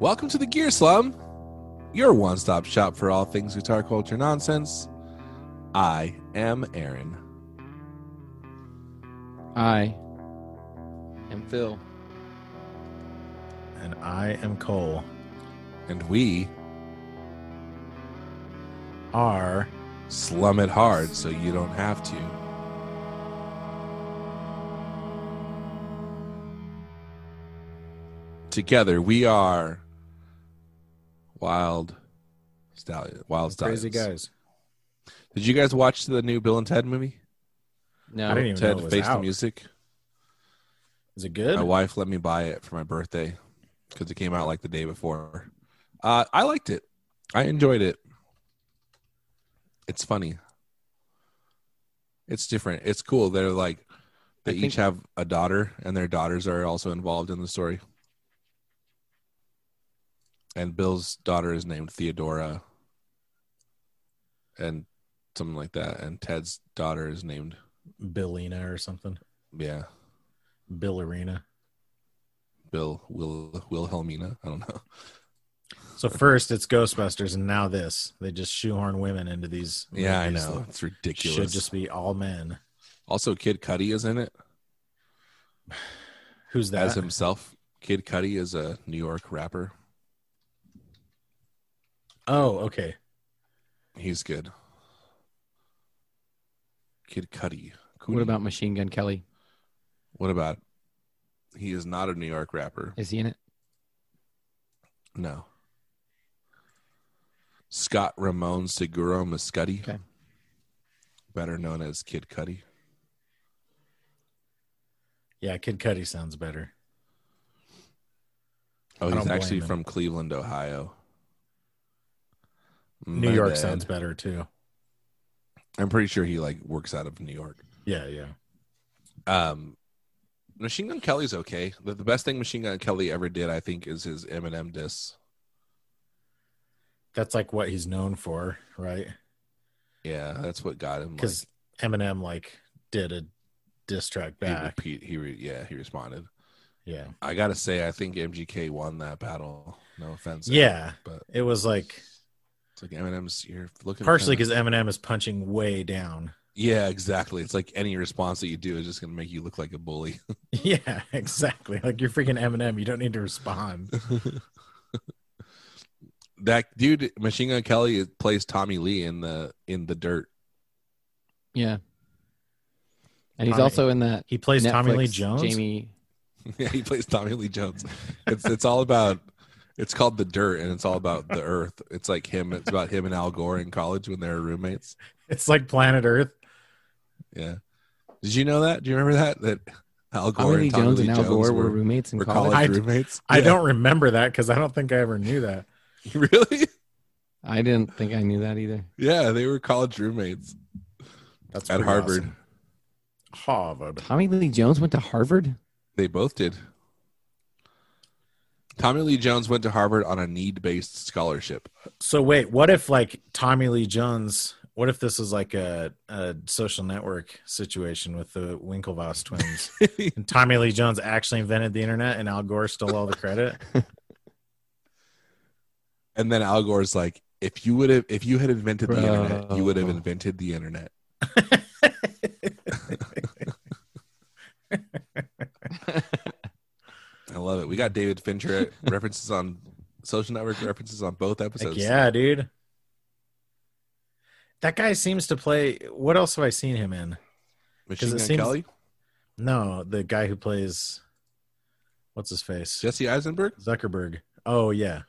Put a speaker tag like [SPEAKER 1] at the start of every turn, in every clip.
[SPEAKER 1] Welcome to the Gear Slum, your one stop shop for all things guitar culture nonsense. I am Aaron.
[SPEAKER 2] I am Phil.
[SPEAKER 3] And I am Cole.
[SPEAKER 1] And we
[SPEAKER 3] Are
[SPEAKER 1] slum it hard so you don't have to. Together we are wild stallion, wild stallions.
[SPEAKER 3] crazy guys.
[SPEAKER 1] Did you guys watch the new Bill and Ted movie?
[SPEAKER 2] No,
[SPEAKER 3] I didn't even know it
[SPEAKER 1] Ted
[SPEAKER 3] was
[SPEAKER 1] Face the
[SPEAKER 3] out.
[SPEAKER 1] Music.
[SPEAKER 3] Is it good?
[SPEAKER 1] My wife let me buy it for my birthday because it came out like the day before. Uh, I liked it. I enjoyed it. It's funny. It's different. It's cool. They're like they
[SPEAKER 2] I
[SPEAKER 1] each
[SPEAKER 2] think-
[SPEAKER 1] have a daughter, and their daughters are also involved in the story. And Bill's daughter is named Theodora, and something like that. And Ted's daughter is named
[SPEAKER 3] Billina or something.
[SPEAKER 1] yeah
[SPEAKER 3] Billerina.
[SPEAKER 1] Bill Will Wilhelmina. I don't know.
[SPEAKER 3] So first it's Ghostbusters and now this. They just shoehorn women into these.
[SPEAKER 1] Yeah, I
[SPEAKER 3] movies
[SPEAKER 1] know.
[SPEAKER 3] that
[SPEAKER 1] It's ridiculous.
[SPEAKER 3] Should just be all men.
[SPEAKER 1] Also, Kid Cudi is in it
[SPEAKER 3] Who's that?
[SPEAKER 1] as himself. Kid Cudi is a New York rapper.
[SPEAKER 3] oh, okay.
[SPEAKER 1] He's good. Kid Cudi. Cudi.
[SPEAKER 2] what about Machine Gun Kelly?
[SPEAKER 1] what about? He is not a New York rapper.
[SPEAKER 2] Is he in it?
[SPEAKER 1] No. Scott Ramon Seguro Muscudi,
[SPEAKER 2] Okay.
[SPEAKER 1] better known as Kid Cudi.
[SPEAKER 3] Yeah, Kid Cudi sounds better.
[SPEAKER 1] Oh, he's
[SPEAKER 3] I don't
[SPEAKER 1] actually
[SPEAKER 3] blame him.
[SPEAKER 1] from Cleveland, Ohio.
[SPEAKER 3] New
[SPEAKER 1] My
[SPEAKER 3] York
[SPEAKER 1] bad.
[SPEAKER 3] sounds better too.
[SPEAKER 1] I'm pretty sure he like works out of New York.
[SPEAKER 3] Yeah, yeah.
[SPEAKER 1] Um, Machine Gun Kelly's okay. The, the best thing Machine Gun Kelly ever did, I think, is his Eminem diss.
[SPEAKER 3] That's like what he's known for, right?
[SPEAKER 1] Yeah, that's what got him. Like,
[SPEAKER 3] Because Eminem like did a diss track
[SPEAKER 1] he
[SPEAKER 3] back.
[SPEAKER 1] repeat, he re, yeah, he responded.
[SPEAKER 3] Yeah.
[SPEAKER 1] I gotta say, I think MGK won that battle. No offense.
[SPEAKER 3] Yeah.
[SPEAKER 1] but
[SPEAKER 3] It was like
[SPEAKER 1] it's like Eminem's. You're looking
[SPEAKER 3] partially
[SPEAKER 1] kinda-
[SPEAKER 3] because Eminem is punching way down.
[SPEAKER 1] yeah, exactly. It's like any response that you do is just gonna make you look like a bully.
[SPEAKER 3] Yeah, exactly. Like you're freaking Eminem. You don't need to respond.
[SPEAKER 1] that dude, Machine Gun Kelly, plays Tommy Lee in the in the dirt.
[SPEAKER 2] Yeah. And he's
[SPEAKER 3] Tommy-
[SPEAKER 2] also in that.
[SPEAKER 3] He plays Tommy Lee
[SPEAKER 2] Netflix
[SPEAKER 3] Jones.
[SPEAKER 2] Jamie.
[SPEAKER 1] yeah, he plays Tommy Lee Jones. It's it's all about it's called the dirt and it's all about the earth. It's like him. It's about him and Al Gore in college when they were roommates.
[SPEAKER 3] It's like Planet Earth.
[SPEAKER 1] Yeah. Did you know that? Do you remember that that Al Gore
[SPEAKER 2] Tommy Lee
[SPEAKER 1] and Tommy
[SPEAKER 2] Jones
[SPEAKER 1] Lee
[SPEAKER 2] and Al
[SPEAKER 1] Jones
[SPEAKER 2] Gore were,
[SPEAKER 1] were,
[SPEAKER 2] roommates in
[SPEAKER 1] were
[SPEAKER 2] college.
[SPEAKER 1] college
[SPEAKER 3] I-
[SPEAKER 1] roommates?
[SPEAKER 3] I
[SPEAKER 1] Yeah.
[SPEAKER 3] don't remember that because I don't think I ever knew that.
[SPEAKER 1] really.
[SPEAKER 2] I didn't think I knew that either.
[SPEAKER 1] Yeah, they were college roommates
[SPEAKER 3] That's
[SPEAKER 1] at
[SPEAKER 3] pretty
[SPEAKER 1] Harvard.
[SPEAKER 3] awesome. Harvard.
[SPEAKER 2] Tommy Lee Jones went to Harvard.
[SPEAKER 1] They both did. Tommy Lee Jones went to Harvard on a need-based scholarship.
[SPEAKER 3] So wait, what if like Tommy Lee Jones? What if this was like a, a social network situation with the Winklevoss twins? and Tommy Lee Jones actually invented the internet, and Al Gore stole all the credit.
[SPEAKER 1] And then Al Gore's like, "If you would have, if you had invented the
[SPEAKER 2] Bro.
[SPEAKER 1] internet, you would have invented the internet." I love it. We got David Fincher references on social network references on both
[SPEAKER 3] Like,
[SPEAKER 1] episodes.
[SPEAKER 3] yeah, dude. That guy seems to play. What else have I seen him in?
[SPEAKER 1] Machine
[SPEAKER 3] 'Cause it
[SPEAKER 1] Gun
[SPEAKER 3] seems-
[SPEAKER 1] Kelly,
[SPEAKER 3] No, the guy who plays. What's his face?
[SPEAKER 1] Jesse Eisenberg.
[SPEAKER 3] Zuckerberg. Oh yeah.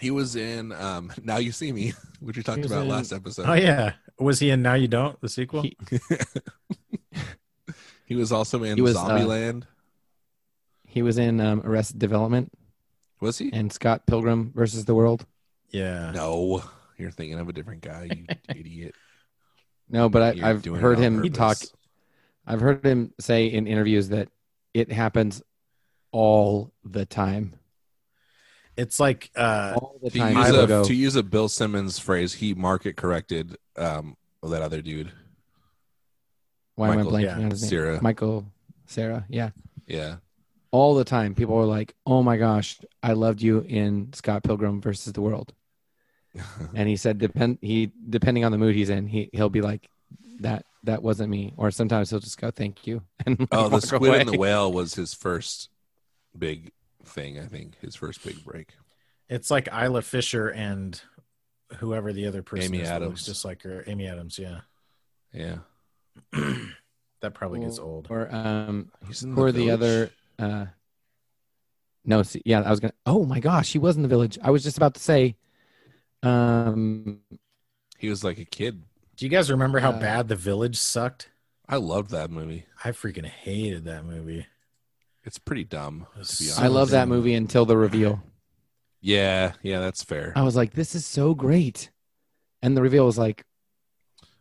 [SPEAKER 1] He was in um, Now You See Me, which we talked
[SPEAKER 2] He was
[SPEAKER 1] about
[SPEAKER 2] in-
[SPEAKER 1] last episode.
[SPEAKER 3] Oh yeah. Was he in Now You Don't? The sequel.
[SPEAKER 2] He-
[SPEAKER 1] He was also in
[SPEAKER 2] He was, uh,
[SPEAKER 1] Zombieland.
[SPEAKER 2] He was in um, Arrested Development
[SPEAKER 1] was he?
[SPEAKER 2] and Scott Pilgrim versus the World.
[SPEAKER 3] yeah.
[SPEAKER 1] No, you're thinking of a different guy, you idiot.
[SPEAKER 2] No, but
[SPEAKER 1] You're
[SPEAKER 2] I, I've
[SPEAKER 1] doing it
[SPEAKER 2] heard
[SPEAKER 1] on
[SPEAKER 2] him
[SPEAKER 1] purpose.
[SPEAKER 2] talk. I've heard him say in interviews that it happens all the time.
[SPEAKER 3] It's like uh,
[SPEAKER 2] all the
[SPEAKER 1] To
[SPEAKER 2] time.
[SPEAKER 1] use,
[SPEAKER 2] people
[SPEAKER 1] a,
[SPEAKER 2] go,
[SPEAKER 1] to use a Bill Simmons phrase, he market corrected um, that other dude,
[SPEAKER 2] why am I
[SPEAKER 1] Michael,
[SPEAKER 2] blanking
[SPEAKER 3] yeah,
[SPEAKER 2] on his name?
[SPEAKER 1] Sarah.
[SPEAKER 2] Michael, Sarah. Yeah.
[SPEAKER 1] Yeah,
[SPEAKER 2] all the time. People are like, "Oh my gosh, I loved you in Scott Pilgrim versus the World," and he said, "Depend he depending on the mood he's in, he he'll be like, that that wasn't me," or sometimes he'll just go, "Thank you," and like,
[SPEAKER 1] oh, the
[SPEAKER 2] walk
[SPEAKER 1] squid and
[SPEAKER 2] away.
[SPEAKER 1] the whale was his first big thing. I think his first big break.
[SPEAKER 3] It's like Isla Fisher and whoever the other person
[SPEAKER 1] Amy
[SPEAKER 3] is that looks
[SPEAKER 1] Adams.
[SPEAKER 3] just like her. Amy Adams, yeah.
[SPEAKER 1] Yeah,
[SPEAKER 3] that probably gets old.
[SPEAKER 2] or um,
[SPEAKER 1] he's in
[SPEAKER 2] who are the
[SPEAKER 1] Village.
[SPEAKER 2] other? Uh, no, see, yeah, I was gonna. Oh my gosh, he was in the village. I was just about to say, um,
[SPEAKER 1] He was like a kid.
[SPEAKER 3] Do you guys remember how
[SPEAKER 2] Uh,
[SPEAKER 3] bad The Village sucked?
[SPEAKER 1] I loved that movie.
[SPEAKER 3] I freaking hated that movie.
[SPEAKER 1] It's pretty dumb.
[SPEAKER 3] It was
[SPEAKER 1] To be honest.
[SPEAKER 2] I love that
[SPEAKER 3] Something.
[SPEAKER 2] movie until the reveal.
[SPEAKER 1] Yeah, yeah, that's fair.
[SPEAKER 2] I was like, this is so great, and the reveal was like,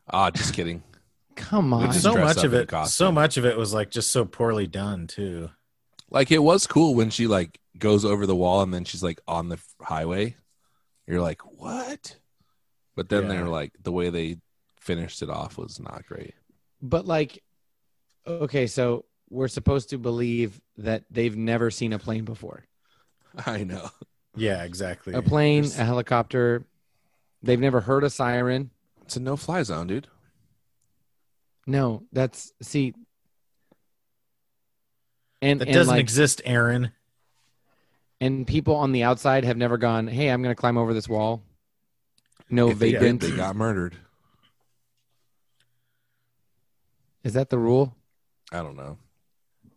[SPEAKER 1] Ah, just kidding.
[SPEAKER 2] come
[SPEAKER 1] It
[SPEAKER 2] on,
[SPEAKER 1] just
[SPEAKER 3] so
[SPEAKER 1] dress
[SPEAKER 3] much
[SPEAKER 1] up
[SPEAKER 3] of
[SPEAKER 1] in
[SPEAKER 3] it, so
[SPEAKER 1] costume.
[SPEAKER 3] much of it was like just so poorly done too.
[SPEAKER 1] Like it was cool when she like goes over the wall and then she's like on the f- highway. You're like, what? But then
[SPEAKER 3] Yeah.
[SPEAKER 1] they're like the way they finished it off was not great.
[SPEAKER 2] but like, okay, so we're supposed to believe that they've never seen a plane before.
[SPEAKER 1] I know.
[SPEAKER 3] Yeah, exactly.
[SPEAKER 2] a plane,
[SPEAKER 3] There's-
[SPEAKER 2] a helicopter. They've never heard a siren.
[SPEAKER 1] It's a no fly zone, dude.
[SPEAKER 2] No, that's see. And
[SPEAKER 3] that
[SPEAKER 2] and
[SPEAKER 3] doesn't
[SPEAKER 2] like
[SPEAKER 3] exist, Aaron.
[SPEAKER 2] and people on the outside have never gone. Hey, I'm going to climb over this wall.
[SPEAKER 3] Oh,
[SPEAKER 2] No
[SPEAKER 1] If they did,
[SPEAKER 2] vacant.
[SPEAKER 1] they got murdered.
[SPEAKER 2] Is that the rule?
[SPEAKER 1] I don't know.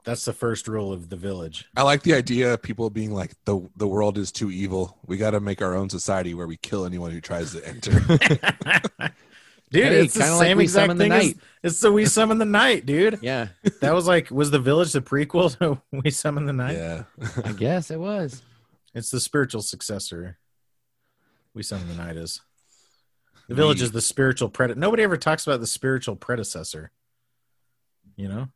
[SPEAKER 3] That's the first rule of The Village.
[SPEAKER 1] I like the idea of people being like the the world is too evil. We got to make our own society where we kill anyone who tries to enter.
[SPEAKER 3] dude,
[SPEAKER 2] Hey,
[SPEAKER 3] it's the
[SPEAKER 2] kinda like
[SPEAKER 3] same
[SPEAKER 2] We
[SPEAKER 3] exact
[SPEAKER 2] Summon the
[SPEAKER 3] thing. As,
[SPEAKER 2] Night.
[SPEAKER 3] it's the We Summon the Night, dude.
[SPEAKER 2] Yeah,
[SPEAKER 3] That was like, was the village the prequel to We Summon the Night?
[SPEAKER 1] yeah.
[SPEAKER 2] I guess it was.
[SPEAKER 3] It's the spiritual successor. We Summon the Night is. The village
[SPEAKER 1] We-
[SPEAKER 3] is the spiritual pred. Nobody ever talks about the spiritual predecessor. You know.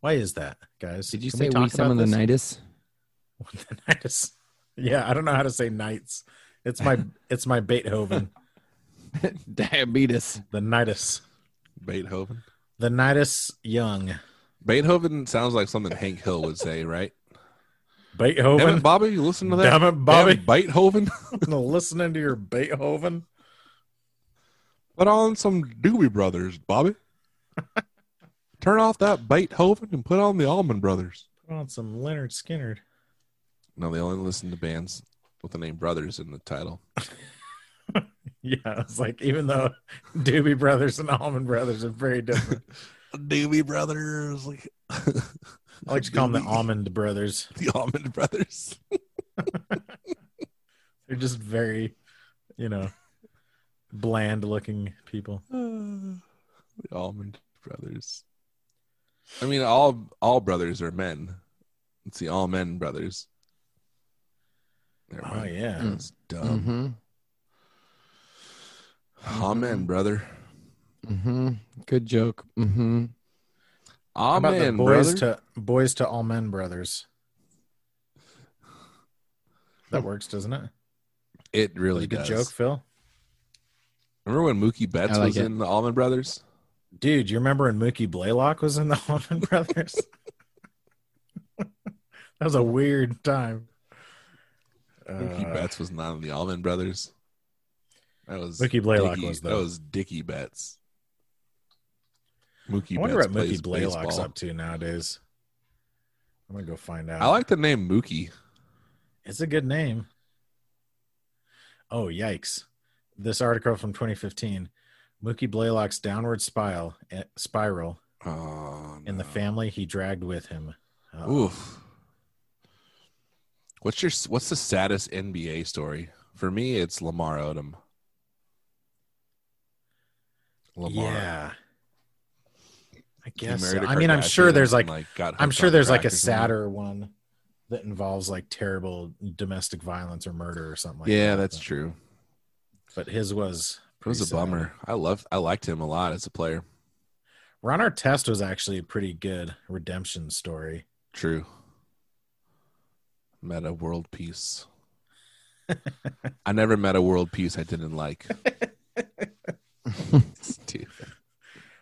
[SPEAKER 3] Why is that, guys?
[SPEAKER 2] Did you
[SPEAKER 3] Can
[SPEAKER 2] say we,
[SPEAKER 3] talk
[SPEAKER 2] summon the
[SPEAKER 3] about this?
[SPEAKER 2] nightus?
[SPEAKER 3] The night is- yeah, I don't know how to say nights. It's my it's my Beethoven.
[SPEAKER 2] Diabetes.
[SPEAKER 3] The nightus.
[SPEAKER 1] Beethoven.
[SPEAKER 3] The nightus young.
[SPEAKER 1] Beethoven sounds like something Hank Hill would say, right? Damn
[SPEAKER 3] Beethoven.
[SPEAKER 1] it, Bobby, you listen to that?
[SPEAKER 3] Damn it, Bobby.
[SPEAKER 1] Damn Beethoven.
[SPEAKER 3] listening to your Beethoven.
[SPEAKER 1] Put on some Doobie Brothers, Bobby. Turn off that Beethoven and put on the Allman Brothers.
[SPEAKER 3] Put on some Leonard Skinner.
[SPEAKER 1] No, they only listen to bands with the name Brothers in the title.
[SPEAKER 3] Yeah, it's like even though Doobie Brothers and Almond Brothers are very different.
[SPEAKER 1] Doobie Brothers. Like,
[SPEAKER 3] I like to call them the Almond Brothers.
[SPEAKER 1] the Almond Brothers.
[SPEAKER 3] They're just very, you know, bland looking people.
[SPEAKER 1] the Almond Brothers. I mean, all all brothers are men. It's the All Men Brothers. Never
[SPEAKER 3] Oh
[SPEAKER 1] mind.
[SPEAKER 3] yeah.
[SPEAKER 1] That's dumb.
[SPEAKER 2] Um,
[SPEAKER 1] Amen,
[SPEAKER 2] Mhm.
[SPEAKER 1] brother.
[SPEAKER 2] Mm-hmm. Mm-hmm. Good joke. Mm-hmm.
[SPEAKER 3] How about the
[SPEAKER 1] Amen, brother.
[SPEAKER 3] boys to boys to all men brothers. That works, doesn't it?
[SPEAKER 1] it really
[SPEAKER 3] Good
[SPEAKER 1] does.
[SPEAKER 3] joke, Phil.
[SPEAKER 1] Remember when Mookie Betts
[SPEAKER 2] I like
[SPEAKER 1] was
[SPEAKER 2] it.
[SPEAKER 1] in the Almond Brothers?
[SPEAKER 3] Dude, you remember when Mookie Blaylock was in the Allman Brothers? that was a weird time.
[SPEAKER 1] Mookie
[SPEAKER 3] Uh,
[SPEAKER 1] Betts was not in the Almond Brothers. That was
[SPEAKER 3] Mookie Blaylock
[SPEAKER 1] Dickie-
[SPEAKER 3] was, though.
[SPEAKER 1] That was Dickie Betts. Mookie
[SPEAKER 3] I wonder
[SPEAKER 1] Betts
[SPEAKER 3] what Mookie
[SPEAKER 1] plays
[SPEAKER 3] Blaylock's
[SPEAKER 1] baseball.
[SPEAKER 3] up to nowadays. I'm gonna go find out.
[SPEAKER 1] I like the name Mookie.
[SPEAKER 3] It's a good name. Oh yikes! This article from 2015, Mookie Blaylock's downward spiral eh, spiral
[SPEAKER 1] Oh,
[SPEAKER 3] and the
[SPEAKER 1] no.
[SPEAKER 3] family he dragged with him. Uh,
[SPEAKER 1] Oof. What's your what's the saddest NBA story? For me, it's Lamar Odom. Lamar.
[SPEAKER 3] Yeah. I
[SPEAKER 1] He
[SPEAKER 3] guess.
[SPEAKER 1] married
[SPEAKER 3] so.
[SPEAKER 1] a
[SPEAKER 3] I mean, I'm sure
[SPEAKER 1] Kardashian
[SPEAKER 3] there's like,
[SPEAKER 1] and, got
[SPEAKER 3] I'm
[SPEAKER 1] hooked
[SPEAKER 3] sure
[SPEAKER 1] on
[SPEAKER 3] there's like
[SPEAKER 1] crack
[SPEAKER 3] a
[SPEAKER 1] or something.
[SPEAKER 3] sadder one that involves like terrible domestic violence or murder or something. like uh,
[SPEAKER 1] yeah,
[SPEAKER 3] that.
[SPEAKER 1] that's
[SPEAKER 3] but,
[SPEAKER 1] true.
[SPEAKER 3] But his was.
[SPEAKER 1] It was a
[SPEAKER 3] pretty
[SPEAKER 1] bummer. I loved I liked him a lot as a player.
[SPEAKER 3] sad. Ron Artest was actually a pretty good redemption story.
[SPEAKER 1] True. Met a world peace. I never met a world peace I didn't like. Dude.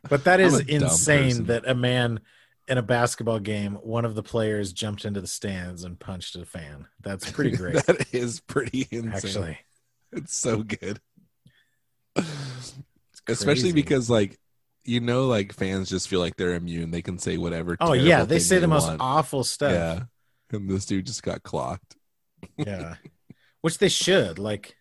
[SPEAKER 3] But that
[SPEAKER 1] I'm
[SPEAKER 3] is
[SPEAKER 1] a dumb
[SPEAKER 3] insane
[SPEAKER 1] person.
[SPEAKER 3] that a man in a basketball game, one of the players jumped into the stands and punched a fan. That's pretty great,
[SPEAKER 1] that is pretty insane.
[SPEAKER 3] actually.
[SPEAKER 1] It's so good. Especially
[SPEAKER 3] crazy.
[SPEAKER 1] because like you know like fans just feel like they're immune. They can say whatever.
[SPEAKER 3] Oh yeah,
[SPEAKER 1] terrible
[SPEAKER 3] they
[SPEAKER 1] thing
[SPEAKER 3] say the most
[SPEAKER 1] want.
[SPEAKER 3] awful stuff.
[SPEAKER 1] Yeah. And this dude just got clocked.
[SPEAKER 3] yeah which they should like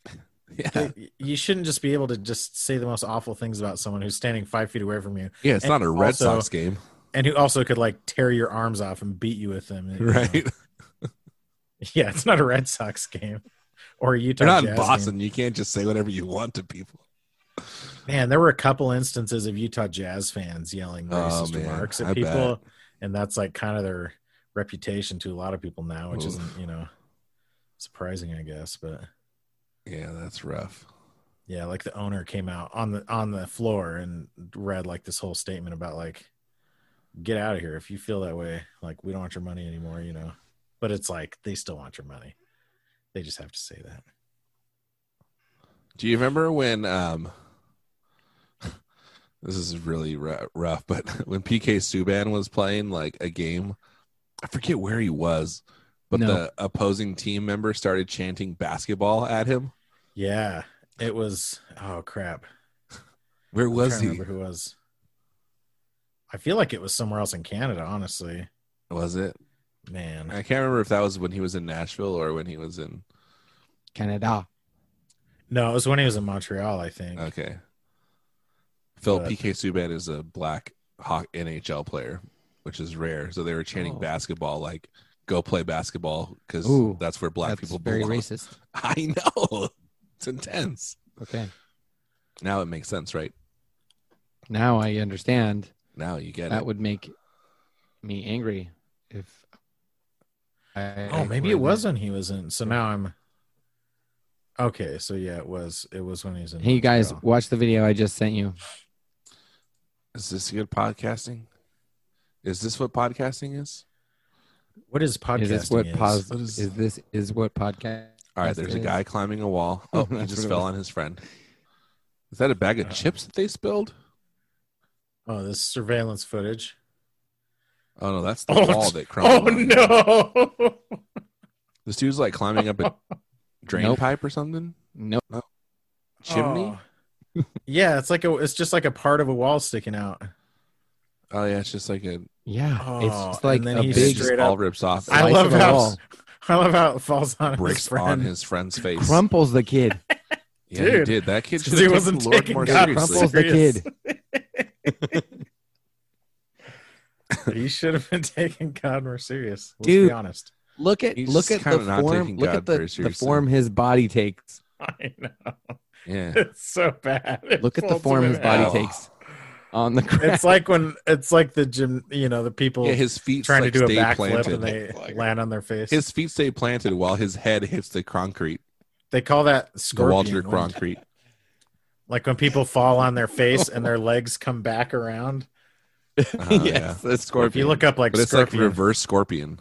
[SPEAKER 1] Yeah.
[SPEAKER 3] they- you shouldn't just be able to just say the most awful things about someone who's standing five feet away from you
[SPEAKER 1] Yeah, it's
[SPEAKER 3] and
[SPEAKER 1] not a Red
[SPEAKER 3] also-
[SPEAKER 1] Sox game,
[SPEAKER 3] and who also could like tear your arms off and beat you with them you know.
[SPEAKER 1] right?
[SPEAKER 3] yeah it's not a red sox game or a utah
[SPEAKER 1] You're not in
[SPEAKER 3] Jazz
[SPEAKER 1] Boston. You can't just say whatever you want to people.
[SPEAKER 3] game. man there were a couple instances of utah jazz fans yelling
[SPEAKER 1] Oh,
[SPEAKER 3] racist
[SPEAKER 1] man,
[SPEAKER 3] remarks at
[SPEAKER 1] I
[SPEAKER 3] people and that's like kind of their reputation to a lot of people now which
[SPEAKER 1] Oof.
[SPEAKER 3] isn't you know surprising i guess but
[SPEAKER 1] Yeah, that's rough.
[SPEAKER 3] Yeah, like the owner came out on the on the floor and read like this whole statement about like get out of here if you feel that way, like we don't want your money anymore, you know. But it's like they still want your money. They just have to say that.
[SPEAKER 1] Do you remember when um this is really ru- rough, but when PK Subban was playing like a game, I forget where he was, but
[SPEAKER 2] No.
[SPEAKER 1] the opposing team member started chanting basketball at him.
[SPEAKER 3] Yeah. It was oh crap.
[SPEAKER 1] Where
[SPEAKER 3] I'm
[SPEAKER 1] was
[SPEAKER 3] trying to
[SPEAKER 1] he?
[SPEAKER 3] remember who it was. I feel like it was somewhere else in Canada, honestly.
[SPEAKER 1] Was it?
[SPEAKER 3] Man.
[SPEAKER 1] I can't remember if that was when he was in Nashville or when he was in
[SPEAKER 2] Canada.
[SPEAKER 3] No, it was when he was in Montreal, I think.
[SPEAKER 1] Okay. Phil
[SPEAKER 3] But-
[SPEAKER 1] PK Subban is a black hawk NHL player, which is rare. So they were chanting
[SPEAKER 2] Oh.
[SPEAKER 1] basketball like go play basketball because
[SPEAKER 2] Ooh,
[SPEAKER 1] that's where black
[SPEAKER 2] That's
[SPEAKER 1] people
[SPEAKER 2] very
[SPEAKER 1] belong.
[SPEAKER 2] racist.
[SPEAKER 1] I know. It's intense.
[SPEAKER 2] Okay.
[SPEAKER 1] Now it makes sense, right?
[SPEAKER 2] Now I understand.
[SPEAKER 1] Now you get
[SPEAKER 2] That
[SPEAKER 1] it.
[SPEAKER 2] would make me angry if I
[SPEAKER 3] Oh, maybe
[SPEAKER 2] were
[SPEAKER 3] it was
[SPEAKER 2] there.
[SPEAKER 3] when he was in. So now I'm. Okay, so yeah, it was. It was when he was in.
[SPEAKER 2] Hey you guys,
[SPEAKER 3] Montreal.
[SPEAKER 2] watch the video I just sent you.
[SPEAKER 1] Is this good podcasting? Is this what podcasting is?
[SPEAKER 3] what is podcasting?
[SPEAKER 2] Is this what pos-
[SPEAKER 1] What is-
[SPEAKER 2] is, this is what podcast
[SPEAKER 1] All right,
[SPEAKER 2] Yes,
[SPEAKER 1] there's
[SPEAKER 2] it
[SPEAKER 1] a
[SPEAKER 2] is.
[SPEAKER 1] guy climbing a wall. Oh, he
[SPEAKER 2] That's
[SPEAKER 1] just
[SPEAKER 2] what it
[SPEAKER 1] fell
[SPEAKER 2] was. Uh.
[SPEAKER 1] on his friend. Is that a bag of
[SPEAKER 3] Uh-oh.
[SPEAKER 1] chips that they spilled?
[SPEAKER 3] Oh, this surveillance footage.
[SPEAKER 1] Oh no, that's the
[SPEAKER 3] Oh,
[SPEAKER 1] wall
[SPEAKER 3] it's-
[SPEAKER 1] that crumbled. on him.
[SPEAKER 3] Oh, no!
[SPEAKER 1] This dude's like climbing up a drain
[SPEAKER 2] Nope.
[SPEAKER 1] pipe or something.
[SPEAKER 2] Nope.
[SPEAKER 1] Chimney?
[SPEAKER 3] Oh. yeah, it's like a. It's just like a part of a wall sticking out.
[SPEAKER 1] Oh, yeah, it's just like a
[SPEAKER 2] Yeah.
[SPEAKER 3] Oh,
[SPEAKER 2] it's just like
[SPEAKER 3] and then
[SPEAKER 2] a
[SPEAKER 3] he
[SPEAKER 2] big
[SPEAKER 1] just
[SPEAKER 3] straight
[SPEAKER 1] all
[SPEAKER 3] up-
[SPEAKER 1] rips off. and
[SPEAKER 3] I
[SPEAKER 2] slice
[SPEAKER 3] love
[SPEAKER 2] of a
[SPEAKER 3] how-
[SPEAKER 2] wall.
[SPEAKER 3] I love how it falls on his
[SPEAKER 1] bricks on
[SPEAKER 3] friend.
[SPEAKER 1] his friend's face.
[SPEAKER 2] crumples the kid.
[SPEAKER 1] yeah, he
[SPEAKER 3] Dude.
[SPEAKER 1] did. That kid
[SPEAKER 3] It's 'cause
[SPEAKER 1] should
[SPEAKER 3] he
[SPEAKER 1] have
[SPEAKER 3] wasn't
[SPEAKER 1] the Lord
[SPEAKER 3] taking
[SPEAKER 1] more
[SPEAKER 3] God
[SPEAKER 1] seriously.
[SPEAKER 2] Crumples the
[SPEAKER 3] serious.
[SPEAKER 2] kid.
[SPEAKER 3] he should have been taking God more serious. Let's
[SPEAKER 2] Dude.
[SPEAKER 3] be honest.
[SPEAKER 2] Look at
[SPEAKER 1] He's
[SPEAKER 2] look at
[SPEAKER 1] kinda
[SPEAKER 2] the
[SPEAKER 1] not
[SPEAKER 2] form.
[SPEAKER 1] taking
[SPEAKER 2] Look
[SPEAKER 1] God
[SPEAKER 2] at the,
[SPEAKER 1] very
[SPEAKER 2] the
[SPEAKER 1] seriously.
[SPEAKER 2] form his body takes.
[SPEAKER 3] I know.
[SPEAKER 1] Yeah.
[SPEAKER 3] It's so bad. It
[SPEAKER 2] Look at the
[SPEAKER 3] folds
[SPEAKER 2] form
[SPEAKER 3] him
[SPEAKER 2] his
[SPEAKER 3] in
[SPEAKER 2] body
[SPEAKER 3] half.
[SPEAKER 1] Wow.
[SPEAKER 2] takes on the crack.
[SPEAKER 3] It's like when it's like the gym, you know, the people
[SPEAKER 1] yeah, his feet
[SPEAKER 3] trying
[SPEAKER 1] like,
[SPEAKER 3] to do a
[SPEAKER 1] stay
[SPEAKER 3] backflip
[SPEAKER 1] planted.
[SPEAKER 3] and they land on their face.
[SPEAKER 1] His feet stay planted while his head hits the concrete,
[SPEAKER 3] they call that
[SPEAKER 1] the Walter
[SPEAKER 3] scorpion. When,
[SPEAKER 1] concrete.
[SPEAKER 3] like when people fall on their face and their legs come back around.
[SPEAKER 1] Uh, yeah.
[SPEAKER 2] yes, a
[SPEAKER 3] Or if you
[SPEAKER 2] scorpion.
[SPEAKER 3] look up like
[SPEAKER 1] But it's like
[SPEAKER 3] scorpion,
[SPEAKER 1] reverse scorpion.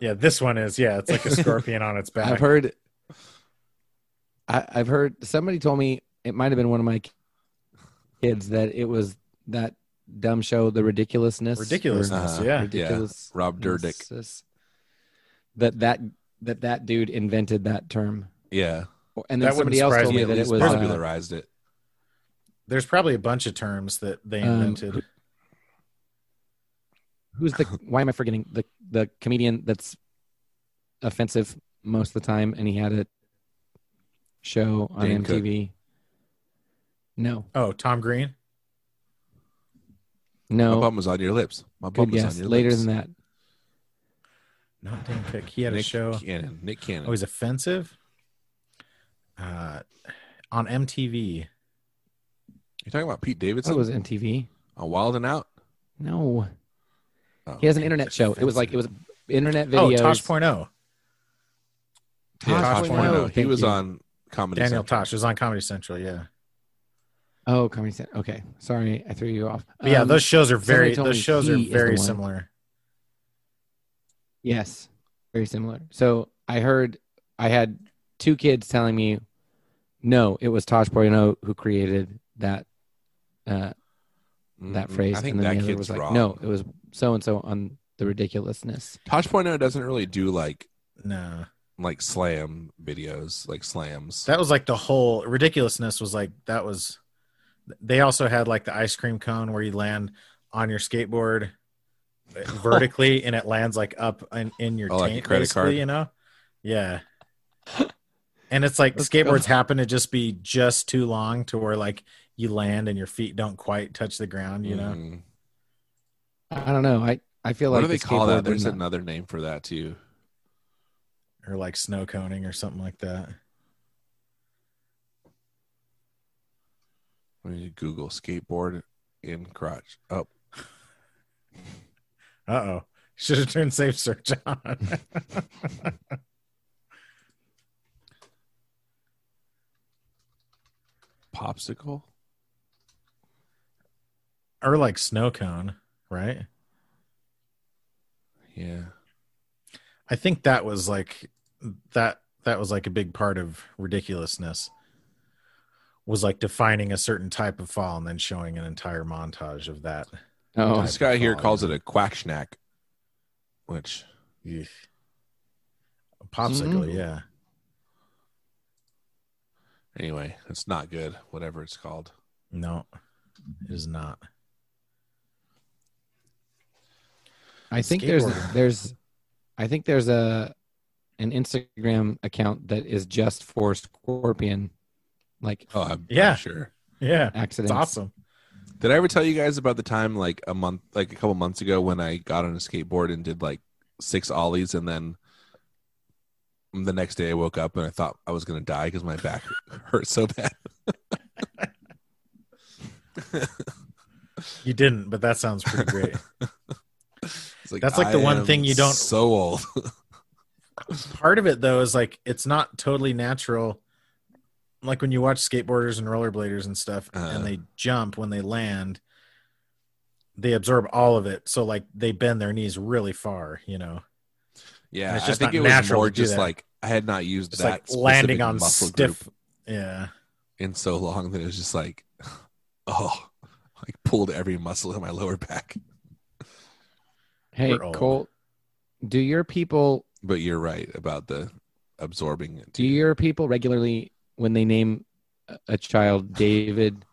[SPEAKER 3] yeah, this one is yeah, it's like a scorpion on its back.
[SPEAKER 2] I've heard. I, I've heard somebody told me it might have been one of my kids that it was that dumb show, The Ridiculousness.
[SPEAKER 3] Ridiculousness,
[SPEAKER 1] Uh-huh.
[SPEAKER 3] yeah.
[SPEAKER 2] ridiculous.
[SPEAKER 1] Rob Dyrdek.
[SPEAKER 2] That that that that dude invented that term,
[SPEAKER 1] Yeah.
[SPEAKER 2] and then
[SPEAKER 3] That wouldn't
[SPEAKER 2] somebody else
[SPEAKER 3] surprise
[SPEAKER 2] told
[SPEAKER 1] He
[SPEAKER 2] me
[SPEAKER 1] at
[SPEAKER 2] that it
[SPEAKER 1] least
[SPEAKER 2] was uh,
[SPEAKER 1] popularized it.
[SPEAKER 3] There's probably a bunch of terms that they
[SPEAKER 2] Um,
[SPEAKER 3] invented.
[SPEAKER 2] who's the why am I forgetting the the comedian that's offensive most of the time, and he had a show on
[SPEAKER 1] Dane Cook.
[SPEAKER 2] MTV. No,
[SPEAKER 3] oh, Tom Green.
[SPEAKER 1] My
[SPEAKER 2] no,
[SPEAKER 1] bum was on your lips. My bum
[SPEAKER 2] good
[SPEAKER 1] was on
[SPEAKER 2] guess.
[SPEAKER 1] your
[SPEAKER 2] Later
[SPEAKER 1] lips.
[SPEAKER 2] than that,
[SPEAKER 3] Not Dan Cook. He had
[SPEAKER 1] Nick
[SPEAKER 3] a show.
[SPEAKER 1] Cannon. Nick Cannon.
[SPEAKER 3] Oh, he's offensive. Uh, on MTV.
[SPEAKER 1] You're talking about Pete
[SPEAKER 2] That
[SPEAKER 1] Davidson
[SPEAKER 2] Oh, was MTV.
[SPEAKER 1] on Wild and Out?
[SPEAKER 2] No,
[SPEAKER 1] Oh.
[SPEAKER 2] he has an internet show. It was like it was internet videos.
[SPEAKER 3] Oh, Tosh Point oh.
[SPEAKER 1] Yeah,
[SPEAKER 3] Tosh
[SPEAKER 1] Tosh
[SPEAKER 3] Point
[SPEAKER 1] Point
[SPEAKER 3] oh,
[SPEAKER 1] oh. He
[SPEAKER 2] thank
[SPEAKER 1] was
[SPEAKER 2] you.
[SPEAKER 1] on Comedy
[SPEAKER 3] Daniel
[SPEAKER 1] Central.
[SPEAKER 3] Tosh was on Comedy Central, yeah.
[SPEAKER 2] Oh, Comedy Central. Okay, sorry, I threw you off.
[SPEAKER 3] But yeah,
[SPEAKER 2] Um,
[SPEAKER 3] those shows are
[SPEAKER 2] somebody
[SPEAKER 3] very
[SPEAKER 2] told
[SPEAKER 3] those
[SPEAKER 2] me
[SPEAKER 3] shows are
[SPEAKER 2] he is the
[SPEAKER 3] very
[SPEAKER 2] one.
[SPEAKER 3] similar.
[SPEAKER 2] Yes, very similar. So I heard I had two kids telling me, no, it was Tosh Portino who created that uh, that
[SPEAKER 1] Mm-mm.
[SPEAKER 2] phrase.
[SPEAKER 1] Mm-hmm. I think
[SPEAKER 2] and then
[SPEAKER 1] that
[SPEAKER 2] the other
[SPEAKER 1] kid's
[SPEAKER 2] was like,
[SPEAKER 1] wrong.
[SPEAKER 2] no, it was so and so on the ridiculousness.
[SPEAKER 1] Tosh.0 doesn't really do like
[SPEAKER 3] No,
[SPEAKER 1] like slam videos, like slams.
[SPEAKER 3] that was like the whole ridiculousness was like that was. They also had like the ice cream cone where you land on your skateboard eh, vertically and it lands like up in, in your
[SPEAKER 1] Oh, like a
[SPEAKER 3] tank,
[SPEAKER 1] credit
[SPEAKER 3] basically.
[SPEAKER 1] card.
[SPEAKER 3] You know, yeah. And it's like
[SPEAKER 2] Let's
[SPEAKER 3] skateboards happen to just be just too long to where like you land and your feet don't quite touch the ground. You know,
[SPEAKER 1] Mhm.
[SPEAKER 2] I don't know. I, I feel
[SPEAKER 1] what
[SPEAKER 2] like
[SPEAKER 1] do they
[SPEAKER 2] the
[SPEAKER 1] call
[SPEAKER 2] skateboard
[SPEAKER 1] that? There's
[SPEAKER 2] would not-
[SPEAKER 1] another name for that too. Mm-hmm.
[SPEAKER 3] or like snow coning or something like that.
[SPEAKER 1] Let me Google skateboard in crotch up.
[SPEAKER 3] Uh oh. Should have turned safe search on.
[SPEAKER 1] Popsicle?
[SPEAKER 3] or like snow cone, right?
[SPEAKER 1] Yeah.
[SPEAKER 3] I think that was like that that was like a big part of ridiculousness was like defining a certain type of fall and then showing an entire montage of that.
[SPEAKER 2] Oh,
[SPEAKER 1] this guy here
[SPEAKER 3] Type of
[SPEAKER 1] calls
[SPEAKER 3] fall,
[SPEAKER 1] it a quack snack, which
[SPEAKER 3] Eugh. A popsicle,
[SPEAKER 2] Mhm.
[SPEAKER 3] yeah.
[SPEAKER 1] anyway, it's not good, whatever it's called.
[SPEAKER 3] No. It is not.
[SPEAKER 2] I think there's
[SPEAKER 3] Skateboarding.
[SPEAKER 2] there's I think there's a an Instagram account that is just for scorpion like
[SPEAKER 1] Oh, I'm, I'm
[SPEAKER 3] Yeah.
[SPEAKER 1] sure.
[SPEAKER 3] Yeah. It's
[SPEAKER 2] accidents.
[SPEAKER 3] awesome.
[SPEAKER 1] Did I ever tell you guys about the time like a month, like a couple months ago when I got on a skateboard and did like six ollies and then the next day I woke up and I thought I was going to die because my back hurt so bad.
[SPEAKER 3] You didn't, but that sounds pretty great.
[SPEAKER 1] It's like,
[SPEAKER 3] That's like the
[SPEAKER 1] I
[SPEAKER 3] one
[SPEAKER 1] am
[SPEAKER 3] thing you don't-
[SPEAKER 1] So old.
[SPEAKER 3] part of it though is like it's not totally natural like when you watch skateboarders and rollerbladers and stuff
[SPEAKER 1] Uh.
[SPEAKER 3] and they jump when they land they absorb all of it so like they bend their knees really far you know
[SPEAKER 1] Yeah,
[SPEAKER 3] And it's just
[SPEAKER 1] I think
[SPEAKER 3] not
[SPEAKER 1] it was
[SPEAKER 3] natural
[SPEAKER 1] more
[SPEAKER 3] to do
[SPEAKER 1] just
[SPEAKER 3] that.
[SPEAKER 1] like I had not used
[SPEAKER 3] it's
[SPEAKER 1] that
[SPEAKER 3] like landing
[SPEAKER 1] specific
[SPEAKER 3] on
[SPEAKER 1] muscle
[SPEAKER 3] stiff
[SPEAKER 1] group
[SPEAKER 3] yeah
[SPEAKER 1] in so long that it was just like, oh, like pulled every muscle in my lower back.
[SPEAKER 2] Hey
[SPEAKER 3] We're old.
[SPEAKER 2] Colt, do your people
[SPEAKER 1] But you're right about the absorbing it.
[SPEAKER 2] do your people regularly when they name a- a child David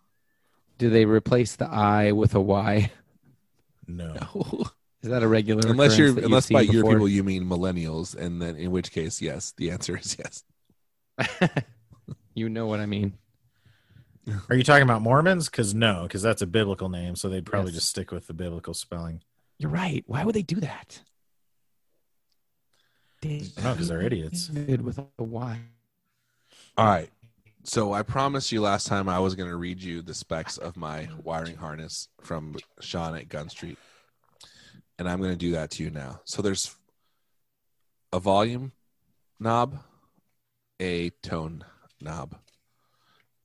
[SPEAKER 2] do they replace the I with a Y?
[SPEAKER 3] no
[SPEAKER 2] Is that a regular?
[SPEAKER 1] unless you're
[SPEAKER 2] occurrence that you've
[SPEAKER 1] unless
[SPEAKER 2] seen
[SPEAKER 1] by your
[SPEAKER 2] before?
[SPEAKER 1] people you mean millennials, and then in which case, yes, the answer is yes.
[SPEAKER 2] you know what I mean.
[SPEAKER 3] are you talking about mormons because no because that's a biblical name so they'd probably
[SPEAKER 2] Yes.
[SPEAKER 3] just stick with the biblical spelling
[SPEAKER 2] You're right. Why would they do that?
[SPEAKER 3] No, 'cause they're idiots.
[SPEAKER 2] David with a Y.
[SPEAKER 1] All right. So I promised you last time I was going to read you the specs of my wiring harness from Sean at Gun Street. And I'm going to do that to you now. So there's a volume knob, a tone knob,